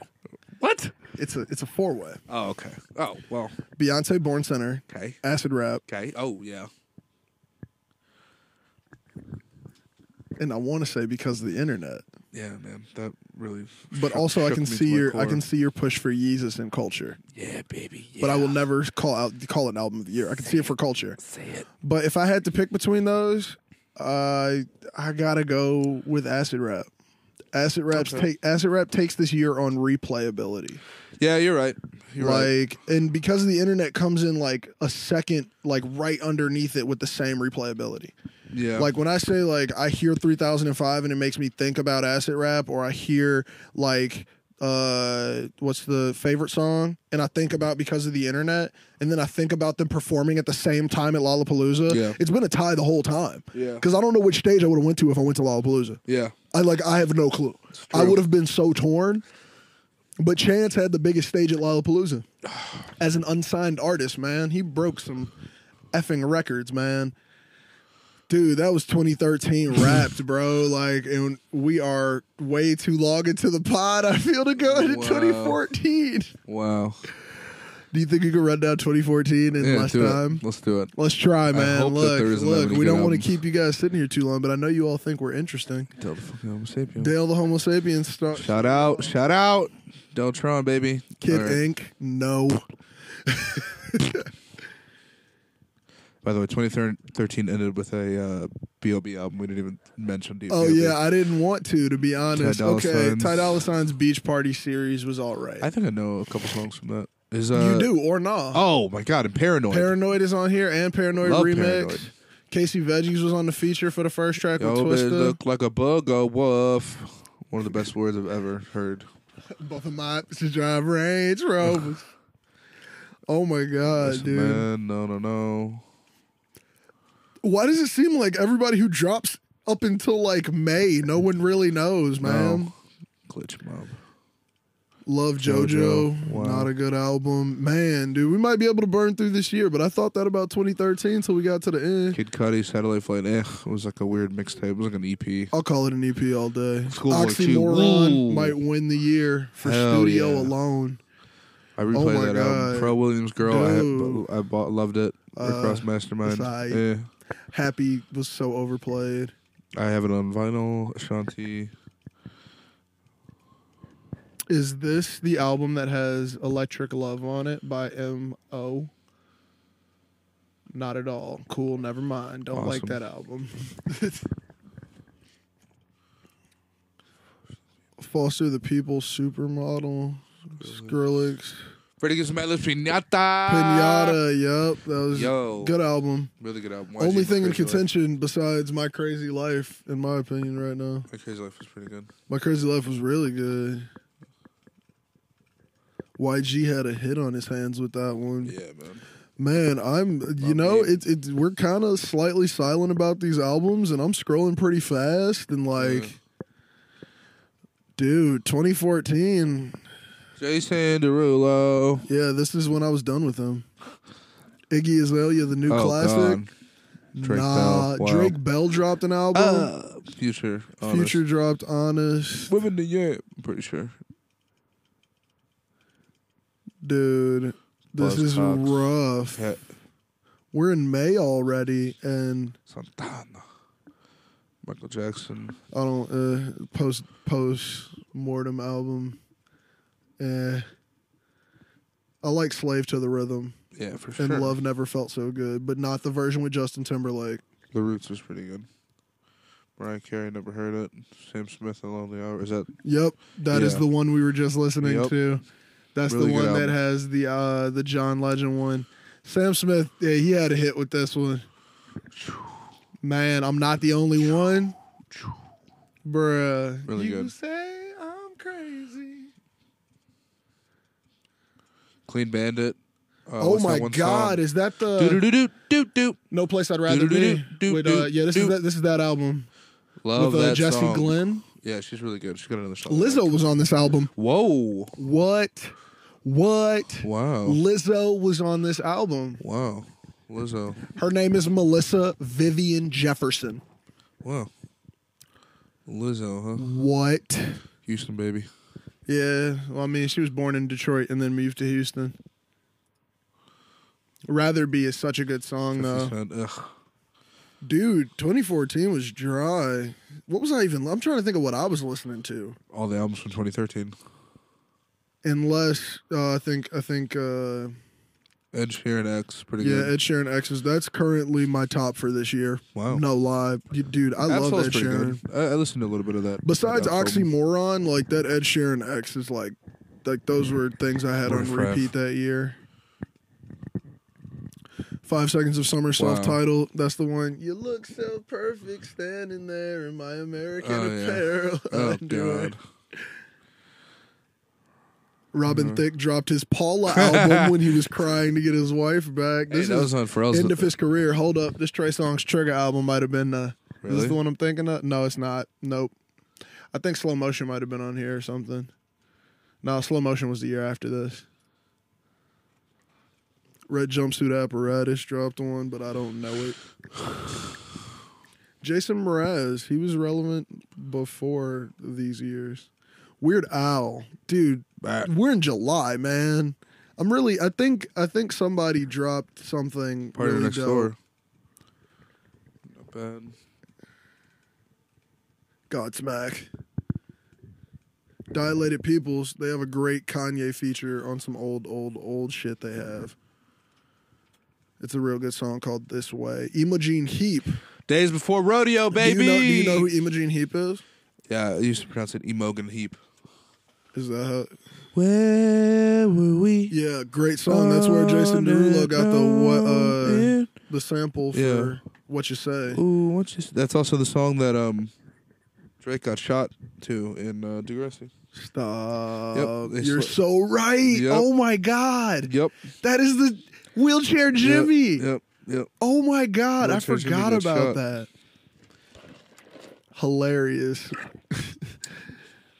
S2: What?
S1: it's a it's a four way.
S2: Oh, okay. Oh, well.
S1: Beyonce, Born Center,
S2: Okay.
S1: Acid Rap,
S2: Okay. Oh, yeah.
S1: and I want to say because of the internet,
S2: Yeah, man. That really.
S1: but
S2: shook-
S1: also I
S2: shook
S1: can
S2: me to
S1: see
S2: my
S1: your I
S2: core.
S1: can see your push for Yeezus and culture.
S2: Yeah, baby.
S1: But I
S2: yeah.
S1: will never call out call it an album of the year. I can see it for culture.
S2: say it.
S1: But if I had to pick between those, uh, I gotta go with acid rap. Acid raps
S2: Okay.
S1: take acid rap takes this year on replayability.
S2: Yeah, you're right. You're right.
S1: like and because the internet comes in like a second, like right underneath it with the same replayability.
S2: Yeah.
S1: Like when I say like I hear 3005 and it makes me think about acid rap or I hear like uh what's the favorite song and I think about because of the internet and then I think about them performing at the same time at Lollapalooza.
S2: Yeah.
S1: It's been a tie the whole time.
S2: Yeah.
S1: Cuz I don't know which stage I would have went to if I went to Lollapalooza.
S2: Yeah.
S1: I like I have no clue.
S2: true.
S1: I would have been so torn. But Chance had the biggest stage at Lollapalooza as an unsigned artist, man. He broke some effing records, man. Dude, that was 2013 wrapped, bro. Like, and we are way too long into the pod. I feel to go into
S2: Wow.
S1: 2014.
S2: Wow.
S1: Do you think you can run down 2014 in less
S2: do
S1: time?
S2: It. Let's do it.
S1: Let's try, man.
S2: hope that
S1: look,
S2: there isn't that
S1: look,
S2: many
S1: we
S2: good
S1: don't want
S2: albums.
S1: to keep you guys sitting here too long, but I know you all think we're interesting.
S2: Del the fucking Homo sapien.
S1: Dale the Homo Sapiens star-
S2: shout out, shout out, Deltron baby.
S1: Kid
S2: All right.
S1: Ink. No.
S2: By the way, 2013 ended with a uh, Bob album. We didn't even mention DB.
S1: Oh yeah, I didn't want to. To be honest,
S2: Dolla
S1: okay.
S2: Sign's-
S1: Ty Dolla Sign's Beach Party series was all right.
S2: I think I know a couple songs from that. Is uh,
S1: you do or not?
S2: Oh my god, and Paranoid.
S1: Paranoid is on here and Paranoid
S2: Love
S1: remix.
S2: Paranoid.
S1: Casey Veggies was on the feature for the first track
S2: Yo,
S1: with
S2: bitch,
S1: Twista.
S2: look like a bug, a wolf. One of the best words I've ever heard.
S1: Both of my to drive Range Rovers. oh my god,
S2: Listen,
S1: dude!
S2: Man, no, no, no.
S1: Why does it seem like everybody who drops up until like May, no one really knows, man?
S2: Glitch mob.
S1: Love JoJo.
S2: JoJo. Wow.
S1: Not a good album. Man, dude, we might be able to burn through this year, but I thought that about 2013 until we got to the end.
S2: Kid Cudi, Satellite Flight. Eh, it was like a weird mixtape. It was like an E EP.
S1: I'll call it an EP all day.
S2: Schoolboy Q.
S1: Oxymoron
S2: Ooh.
S1: might win the year for
S2: Hell
S1: studio
S2: yeah.
S1: alone.
S2: I replayed
S1: my
S2: that
S1: God.
S2: album. Pro Williams Girl. I,
S1: Dude.
S2: had, I bought, loved it.
S1: Uh,
S2: Across Mastermind.
S1: it's aight.
S2: Eh.
S1: Happy was so overplayed.
S2: I have it on vinyl. Ashanti.
S1: Is this the album that has Electric Love on it by M.O.? Not at all. Cool, never mind. Don't like
S2: Awesome.
S1: that album. Foster the People, Supermodel, Skrillex,
S2: Freddie Gibbs, Matt Lips, Pinata.
S1: Pinata. Yep, that was
S2: Yo.
S1: good album.
S2: Really good album.
S1: Only
S2: YG,
S1: thing in
S2: Crazy Life.
S1: contention besides My Crazy Life, in my opinion, right now.
S2: My Crazy Life was pretty good.
S1: My Crazy Life was really good. YG had a hit on his hands with that one.
S2: Yeah,
S1: Man,
S2: man.
S1: I'm you know,
S2: me.
S1: it's it's we're kind of slightly silent about these albums and I'm scrolling pretty fast and like
S2: Yeah.
S1: dude, 2014.
S2: Jason Derulo.
S1: Yeah, this is when I was done with him. Iggy Azalea, the new
S2: Oh,
S1: classic.
S2: God. Drake
S1: nah,
S2: Bell. Wow.
S1: Drake Bell dropped an album.
S2: God. Uh, Future. Honest.
S1: Future dropped Honest.
S2: Women to Yamp. I'm pretty sure.
S1: Dude, this is
S2: Buzzcocks.
S1: rough.
S2: Cat.
S1: We're in May already, and
S2: Santana. Michael Jackson.
S1: I don't uh, post post mortem album. Eh. I like "Slave to the Rhythm"
S2: Yeah, for sure.
S1: and "Love Never Felt So Good," but not the version with Justin Timberlake.
S2: The Roots was pretty good. Mariah Carey, never heard it. Sam Smith and Lonely Hour. Is that
S1: Yep, that is
S2: Yeah.
S1: the one we were just listening
S2: Yep.
S1: to. That's
S2: Really
S1: the
S2: good
S1: one that
S2: album.
S1: has the uh, the John Legend one. Sam Smith, yeah, he had a hit with this one. Man, I'm not the only one, bruh.
S2: Really
S1: you
S2: good.
S1: say I'm crazy.
S2: Clean Bandit? Uh,
S1: oh my God, uh, is that the
S2: Do do do do do do.
S1: No Place I'd Rather
S2: Do-do-do-do,
S1: Be?
S2: do-do,
S1: With, uh, yeah, this is
S2: do.
S1: that, this is that album
S2: Love
S1: with uh,
S2: that
S1: Jesse
S2: song.
S1: Glenn.
S2: Yeah, she's really good. She's got another song.
S1: Lizzo was on this album.
S2: Whoa.
S1: What? What?
S2: Wow.
S1: Lizzo was on this album.
S2: Wow. Lizzo.
S1: Her name is Melissa Vivian Jefferson.
S2: Wow. Lizzo, huh?
S1: What?
S2: Houston, baby.
S1: Yeah, well, I mean, she was born in Detroit and then moved to Houston. Rather Be is such a good song,
S2: 50
S1: though.
S2: Cent. Ugh.
S1: Dude, 2014 was dry. What was I even? I'm trying to think of what I was listening to.
S2: All the albums from 2013.
S1: Unless uh, I think I think uh,
S2: Ed Sheeran X, pretty
S1: yeah,
S2: good.
S1: Ed Sheeran X's. That's currently my top for this year.
S2: Wow.
S1: No lie, You- dude, I love
S2: Absol's
S1: Ed
S2: pretty
S1: Sheeran.
S2: good. I, I listened to a little bit of that.
S1: Besides
S2: that album.
S1: Oxymoron, like that Ed Sheeran X is like, like those were things I had on
S2: Riff Raff.
S1: repeat that year. Five Seconds of Summer, self titled. That's the one. You look so perfect standing there in my American
S2: Oh, yeah.
S1: apparel.
S2: Oh
S1: underwear.
S2: god.
S1: Robin
S2: Mm-hmm.
S1: Thicke dropped his Paula album when he was crying to get his wife back.
S2: Hey,
S1: This
S2: that was
S1: is
S2: on Pharrell's.
S1: end of his career. Hold up, this Trey Songz Trigger album might have been uh, Is
S2: Really?
S1: this the one I'm thinking of? No, it's not. Nope. I think Slow Motion might have been on here or something. No, Slow Motion was the year after this. Red Jumpsuit Apparatus dropped one, but I don't know it. Jason Mraz, he was relevant before these years. Weird Owl, dude.
S2: Back.
S1: We're in July, man. I'm really. I think. I think somebody dropped something.
S2: Party
S1: really
S2: next
S1: dope.
S2: door. Not bad.
S1: Godsmack. Dilated Peoples, they have a great Kanye feature on some old, old, old shit they have. It's a real good song called This Way. Imogene Heap.
S2: Days before rodeo, baby.
S1: Do you know, do you know who Imogene Heap is?
S2: yeah, I used to pronounce it Emogan Heap.
S1: Is that how?
S2: Where were we?
S1: Yeah, great song. That's where Jason Derulo got the what, uh, the sample for
S2: Yeah.
S1: What You Say.
S2: Ooh, what's this? That's also the song that um Drake got shot to in uh, Degrassi.
S1: Stop.
S2: Yep, they
S1: You're
S2: sli-
S1: so right.
S2: Yep.
S1: Oh my God.
S2: Yep.
S1: That is the wheelchair Jimmy.
S2: Yep. Yep.
S1: Oh my god, I
S2: Wheelchair Jimmy
S1: forgot
S2: got
S1: about
S2: shot.
S1: that. Hilarious.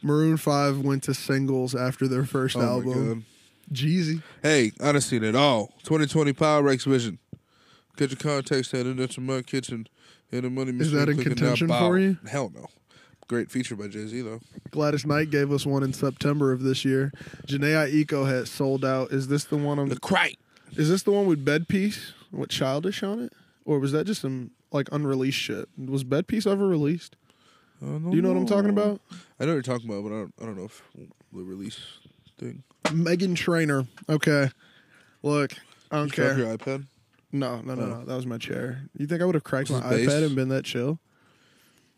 S1: Maroon Five went to singles after their first
S2: Oh my
S1: album.
S2: God.
S1: Jeezy.
S2: Hey, I done seen it all. 2020 Power Exhibition. Get your contacts at That's in my kitchen. And the money
S1: Is that in
S2: machine cooking
S1: contention
S2: down
S1: for
S2: bow.
S1: you?
S2: Hell no. Great feature by Jay Z though.
S1: Gladys Knight gave us one in September of this year. Janae Eco had sold out. Is this the one on
S2: The crate.
S1: Is this the one with Bed Piece with Childish on it? Or was that just some like unreleased shit? Was Bed Piece ever released? Do you know what I'm talking about?
S2: I know what you're talking about, but I don't, I don't know if the release thing.
S1: Megan Trainer. Okay. Look, I don't
S2: Did you drop
S1: care.
S2: your iPad.
S1: No, no, no, no. That was my chair. You think I would have cracked
S2: This
S1: my
S2: is Oh. bass?
S1: iPad and been that chill?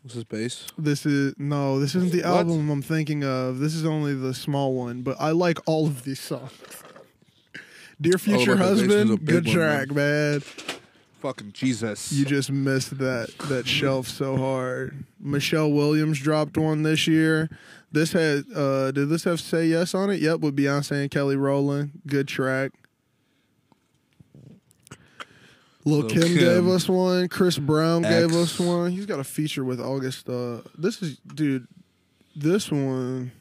S2: What's his bass?
S1: This is no, this isn't the
S2: What?
S1: album I'm thinking of. This is only the small one, but I like all of these songs. Dear future
S2: About That Oh, Bass was a
S1: husband,
S2: big
S1: good
S2: one, man.
S1: track, man.
S2: Fucking Jesus.
S1: You just missed that that shelf so hard. Michelle Williams dropped one this year. This had uh did this have Say Yes on it? Yep, with Beyonce and Kelly Rowland. Good track. Lil,
S2: Lil
S1: Kim,
S2: Kim.
S1: gave us one. Chris Brown gave
S2: X.
S1: us one. He's got a feature with August. Uh, this is dude. This one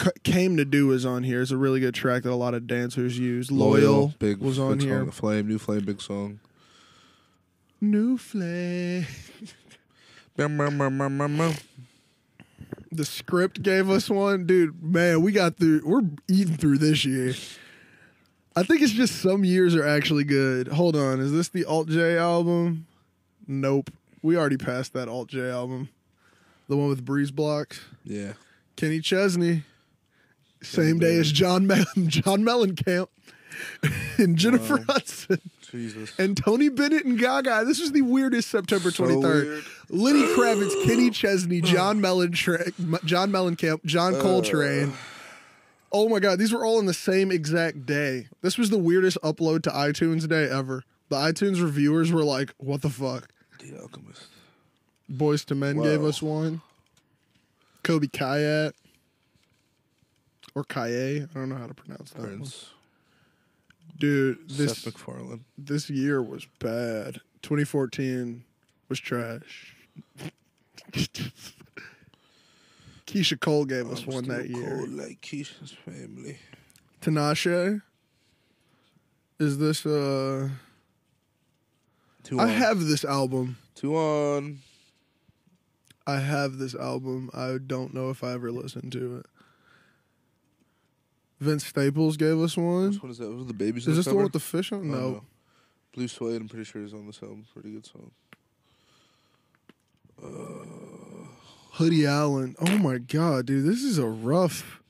S1: C- came to do is on here. It's a really good track that a lot of dancers use. Loyal,
S2: big
S1: was on
S2: big
S1: here.
S2: Song, the flame, new flame, big song.
S1: New flame.
S2: Bam, bam, bam, bam, bam, bam.
S1: the script gave us one, dude. Man, we got through. We're eating through this year. I think it's just some years are actually good. Hold on, is this the Alt J album? Nope, we already passed that Alt J album, the one with Breeze Blocks.
S2: Yeah.
S1: Kenny Chesney, same day as John Mel- John Mellencamp and Jennifer
S2: Wow.
S1: Hudson
S2: Jesus.
S1: and Tony Bennett and Gaga. This was the weirdest September
S2: So
S1: 23rd.
S2: weird.
S1: Lenny Kravitz, Kenny Chesney, John Mellencamp, John Mellencamp,
S2: Uh.
S1: John Coltrane. Oh my God, these were all on the same exact day. This was the weirdest upload to iTunes day ever. The iTunes reviewers were like, "What the fuck?"
S2: The Alchemist.
S1: Boys to Men gave
S2: Wow.
S1: us one. Kobe Kayat or Kaye, I don't know how to pronounce that. one.
S2: Prince.
S1: Dude, this
S2: Seth MacFarlane.
S1: this year was bad. 2014 was trash. Keisha Cole gave us one that year.
S2: Cold like Keisha's family.
S1: Tinashe. Is this uh
S2: Two
S1: I
S2: on.
S1: have this album.
S2: two on.
S1: I have this album. I don't know if I ever listened to it. Vince Staples gave us one.
S2: Which one is that? Was it the babies?
S1: Is this the
S2: Summer?
S1: one with the fish on?
S2: Oh,
S1: No.
S2: Blue Suede, I'm pretty sure is on this album. Pretty good song.
S1: Hoodie Allen. Oh my god, dude, this is a rough.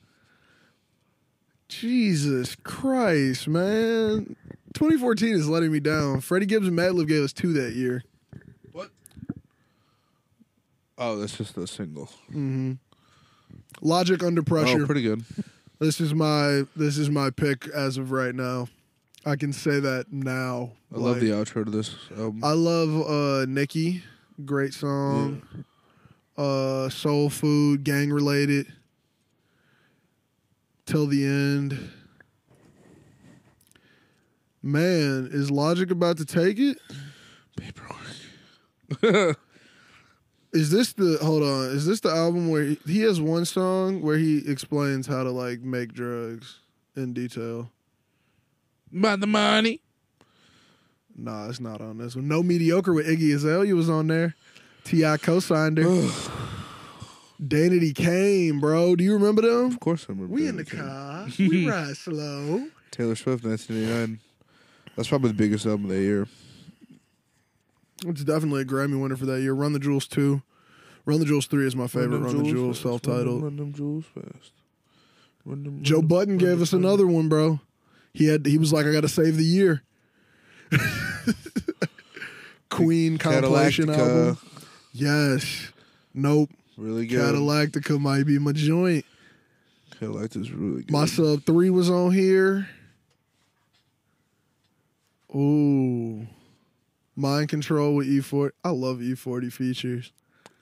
S1: Jesus Christ, man. 2014 is letting me down. Freddie Gibbs and Madlib gave us two that year.
S2: What? Oh, that's just the single.
S1: hmm Logic under pressure.
S2: Oh, pretty good.
S1: this is my this is my pick as of right now. I can say that now.
S2: I love
S1: Like,
S2: the outro to this album.
S1: I love uh Nikki. Great song. Uh Soul Food, gang related. Till the end. Man, is Logic about to take it?
S2: Paperwork.
S1: Is this the hold on? Is this the album where he, he has one song where he explains how to like make drugs in detail?
S2: By the money.
S1: Nah, it's not on this one. No mediocre with Iggy Azalea was on there. Ti co-signed her.
S2: of
S1: Danity Kane, bro. Do you remember them?
S2: course, I remember.
S1: We in the
S2: everything.
S1: car. We ride slow.
S2: Taylor Swift, 1989. That's probably the biggest album of the year.
S1: It's definitely a Grammy winner for that year. Run the Jewels 2. Run the Jewels 3 is my favorite. Run, the Jewels,
S2: fast.
S1: self-titled.
S2: Run them jewels fast. Run them-
S1: Joe
S2: run them-
S1: Button
S2: run
S1: gave
S2: them-
S1: us another one, bro. He had he was like, I gotta save the year. Queen compilation
S2: Catalactica.
S1: album. Yes. Nope.
S2: Really good.
S1: Catalactica might be my joint.
S2: Catalactica's really good.
S1: My sub three was on here. Ooh. Mind control with E40. I love E40 features.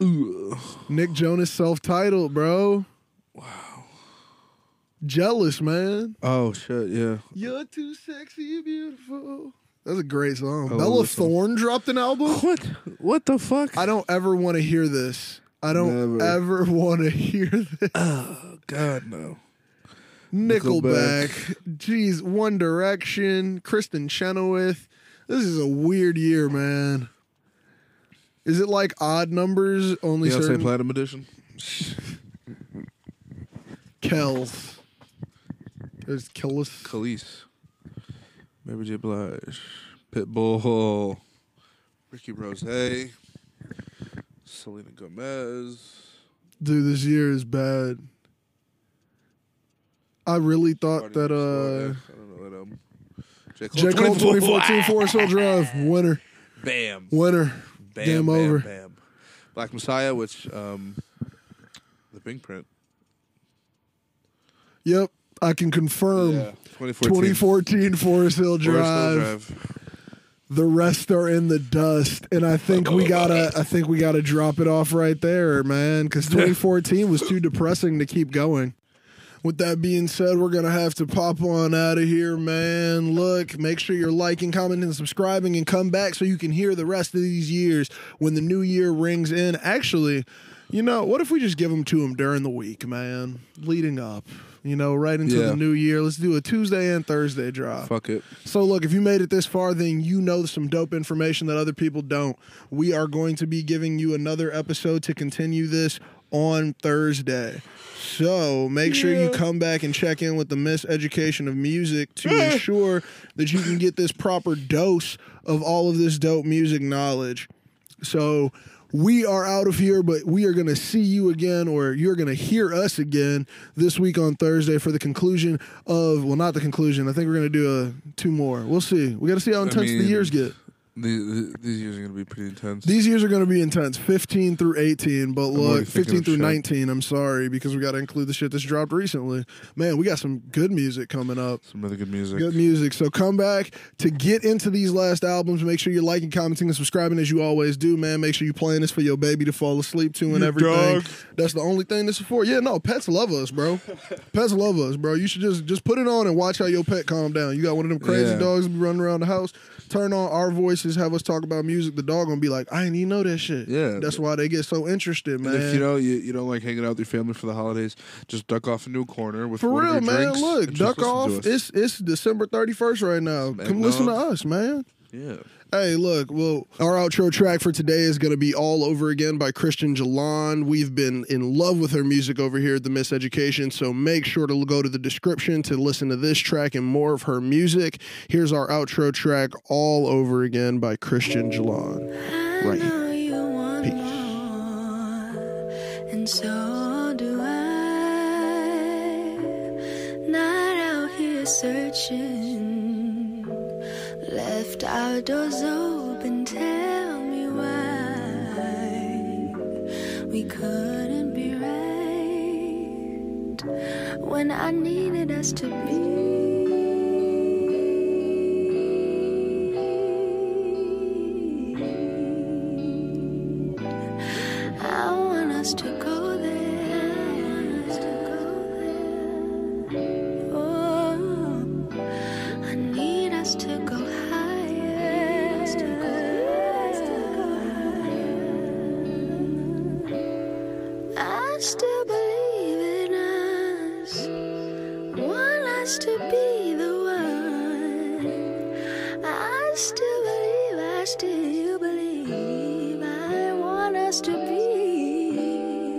S2: Ugh.
S1: Nick Jonas self titled, bro. Wow. Jealous, man.
S2: Oh shit! Yeah.
S1: You're too sexy and beautiful. That's a great song.
S2: I love
S1: Bella
S2: this song.
S1: Thorne dropped an album.
S2: What? What the fuck?
S1: I don't ever want to hear this. I don't
S2: Never.
S1: ever want to hear this.
S2: Oh God, no.
S1: Nickelback.
S2: Nickelback.
S1: Jeez, One Direction, Kristen Chenoweth. This is a weird year, man. Is it like odd numbers? Only
S2: Beyonce
S1: certain
S2: Platinum Edition.
S1: Kells. There's Kellis.
S2: Khalees. Mary J. Blige. Pitbull. Ricky Rose. Selena Gomez.
S1: Dude, this year is bad. I really thought
S2: Cardi
S1: that
S2: B,
S1: uh
S2: Sade. I don't know that album. J.
S1: J. Cole
S2: 24.
S1: 2014 Forest Hill Drive. Winner.
S2: Bam.
S1: Winner.
S2: Bam,
S1: Game
S2: bam,
S1: over.
S2: Bam. Black Messiah, which um, the Bing Print.
S1: Yep. I can confirm.
S2: 2014.
S1: 2014 Forest Hill
S2: Forest Hill
S1: Drive. The rest are in the dust, and I think we gotta. I think we gotta drop it off right there, man. Because 2014 was too depressing to keep going. With that being said, we're gonna have to pop on out of here, man. Look, make sure you're liking, commenting, and subscribing, and come back so you can hear the rest of these years when the new year rings in. Actually, you know, what if we just give them to them during the week, man? Leading up, you know, right into
S2: Yeah.
S1: the new year. Let's do a Tuesday and Thursday drop.
S2: Fuck it.
S1: So look, if you made it this far, then you know some dope information that other people don't. We are going to be giving you another episode to continue this on Thursday. So make sure you come back and check in with the miseducation of music to ensure that you can get this proper dose of all of this dope music knowledge. So we are out of here, but we are going to see you again, or you're going to hear us again this week on Thursday for the conclusion of, well, not the conclusion. I think we're going to do a, two more. We'll see. We got to see how intense the
S2: mean-
S1: years get.
S2: These, these years are going to be pretty intense.
S1: These years are going to be intense, 15 through 18. But
S2: already
S1: look,
S2: thinking
S1: 15
S2: of
S1: through
S2: shit.
S1: 19. I'm sorry because we got to include the shit that's dropped recently. Man, we got some good music coming up.
S2: Some really good music.
S1: Good music. So come back to get into these last albums. Make sure you're liking, commenting, and subscribing as you always do, man. Make sure you're playing this for your baby to fall asleep to and
S2: Your
S1: everything.
S2: dog.
S1: That's the only thing this is for. Yeah, no, pets love us, bro. pets love us, bro. You should just just put it on and watch how your pet calm down. You got one of them crazy
S2: Yeah.
S1: dogs that be running around the house. Turn on our voices, have us talk about music. The dog gonna be like, I ain't even know that shit.
S2: Yeah.
S1: that's why they get so interested, man.
S2: And if you know you, you don't like hanging out with your family for the holidays, just duck off into a corner with
S1: For
S2: one
S1: real,
S2: of your
S1: man.
S2: drinks
S1: Look,
S2: and just
S1: duck off.
S2: listen to us.
S1: It's it's December thirty first right now.
S2: Some
S1: Come listen to
S2: eggnog.
S1: us, man.
S2: yeah.
S1: Hey, look, well, our outro track for today is going to be All Over Again by Christian Jalon. We've been in love with her music over here at The Miseducation, so make sure to go to the description to listen to this track and more of her music. Here's our outro track, All Over Again by Christian Jalon. Right
S3: I know you want more, and so do I. Not out here searching, left our doors open. Tell me why we couldn't be right when I needed us to be. I want us to go there. Oh, I need us to go higher. I still believe in us. Want us to be the one. I still believe, I still believe. I want us to be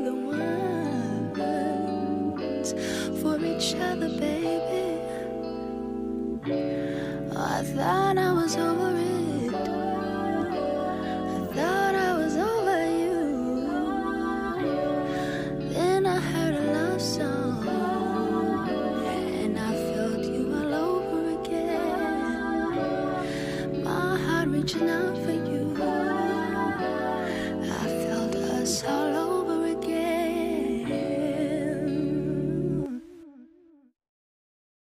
S3: the ones for each other, baby. I thought I was over it. I thought I was over you. Then I heard a love song, and I felt you all over again. My heart reaching out for you.